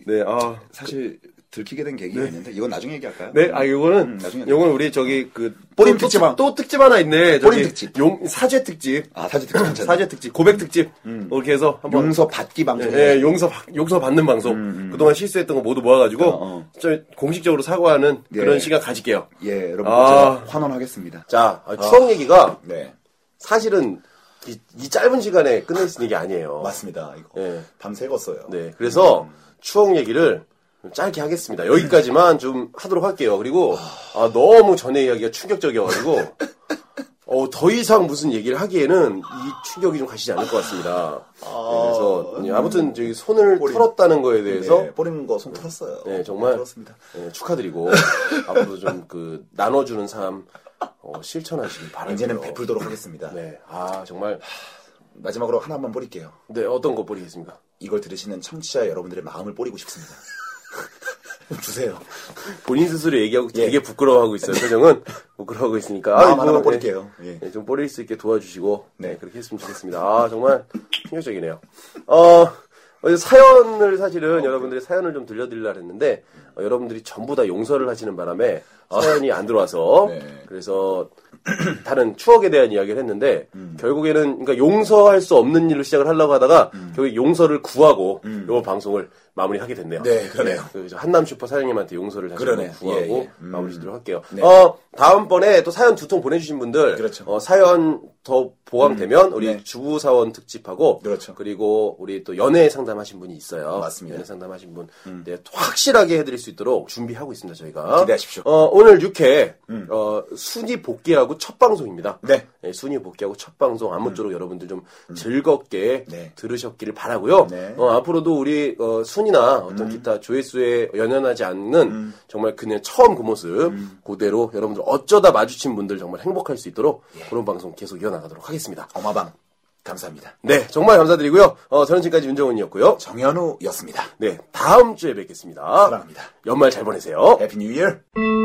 네, 아. 음. 사실 들키게 된 계기가 있는데 이건 나중에 얘기할까요? 네, 아 음, 요거는 나중에. 요거는 우리 저기 그 또- 또 뽀림 특집 하나. 또 특집 하나 있네. 저기 뽀림 특집. 용 사죄 특집. 아, 사진 듣고 괜찮네. 사죄 특집, 고백 특집 이렇게 해서 한번 용서 받기 방송. 예, 예, 용서 받- 용서 받는 방송. 그동안 실수했던 거 모두 모아가지고 어. 저 공식적으로 사과하는 예. 그런 시간 가질게요. 예, 여러분 아. 제가 환원하겠습니다. 자, 아, 추억 얘기가 네, 사실은 이, 이 짧은 시간에 끝낼 수 있는 게 아니에요. 어. 맞습니다. 이거 예. 밤새웠어요. 네, 그래서 음. 추억 얘기를 좀 짧게 하겠습니다. 음. 여기까지만 좀 하도록 할게요. 그리고 아, 너무 전에 이야기가 충격적이어가지고 어, 더 이상 무슨 얘기를 하기에는 이 충격이 좀 가시지 않을 것 같습니다. 아. 네, 그래서 예, 아무튼 저기 손을 털었다는 거에 대해서 네, 뿌리는 거 손 풀었어요. 네, 정말 풀었습니다. 예, 축하드리고 앞으로 좀 그 나눠주는 삶 어, 실천하시길 바랍니다. 이제는 베풀도록 하겠습니다. 그렇죠. 네, 아 정말 마지막으로 하나만 뿌릴게요. 네 어떤 거 버리겠습니까? 이걸 들으시는 청취자 여러분들의 마음을 뿌리고 싶습니다. 주세요. 본인 스스로 얘기하고 예. 되게 부끄러워하고 있어요. 표정은 부끄러워하고 있으니까 마음 아이고, 하나만 예. 뿌릴게요. 예. 네, 좀 뿌릴 수 있게 도와주시고 네. 네, 그렇게 했으면 좋겠습니다. 아 정말 충격적이네요. 어 어제 사연을 사실은 여러분들이 사연을 좀 들려드리려 했는데 어, 여러분들이 전부 다 용서를 하시는 바람에 사연이 안 들어와서 네. 그래서 다른 추억에 대한 이야기를 했는데 음. 결국에는 그러니까 용서할 수 없는 일로 시작을 하려고 하다가 음. 결국 용서를 구하고 요 방송을 마무리하게 됐네요. 네, 그러네요. 그래서 한남 슈퍼 사장님한테 용서를 다시 한번 그러네. 구하고 예, 예. 음. 마무리 짓도록 할게요. 네. 어, 다음번에 또 사연 두 통 보내주신 분들. 그렇죠. 어, 사연 더 보강되면 우리 네. 주부사원 특집하고. 그렇죠. 리고 우리 또 연애 상담하신 분이 있어요. 맞습니다. 음. 연애 상담하신 분. 네, 확실하게 해드릴 수 있도록 준비하고 있습니다, 저희가. 기대하십시오. 음. 어, 오늘 6회, 어, 순위 복귀하고 첫 방송입니다. 네. 음. 순위 복귀하고 첫 방송 아무쪼록 여러분들 좀 즐겁게 네. 들으셨기를 바라고요. 네. 음. 어, 앞으로도 우리 어, 순이나 어떤 기타 조회수에 연연하지 않는 정말 그냥 처음 그 모습 그대로 여러분들 어쩌다 마주친 분들 정말 행복할 수 있도록 예. 그런 방송 계속 이어나가도록 하겠습니다. 어마방 감사합니다. 네, 정말 감사드리고요. 어, 저는 지금까지 윤정훈이었고요. 정현우였습니다. 네, 다음 주에 뵙겠습니다. 사랑합니다. 네. 연말 잘 보내세요. 해피 뉴 이어.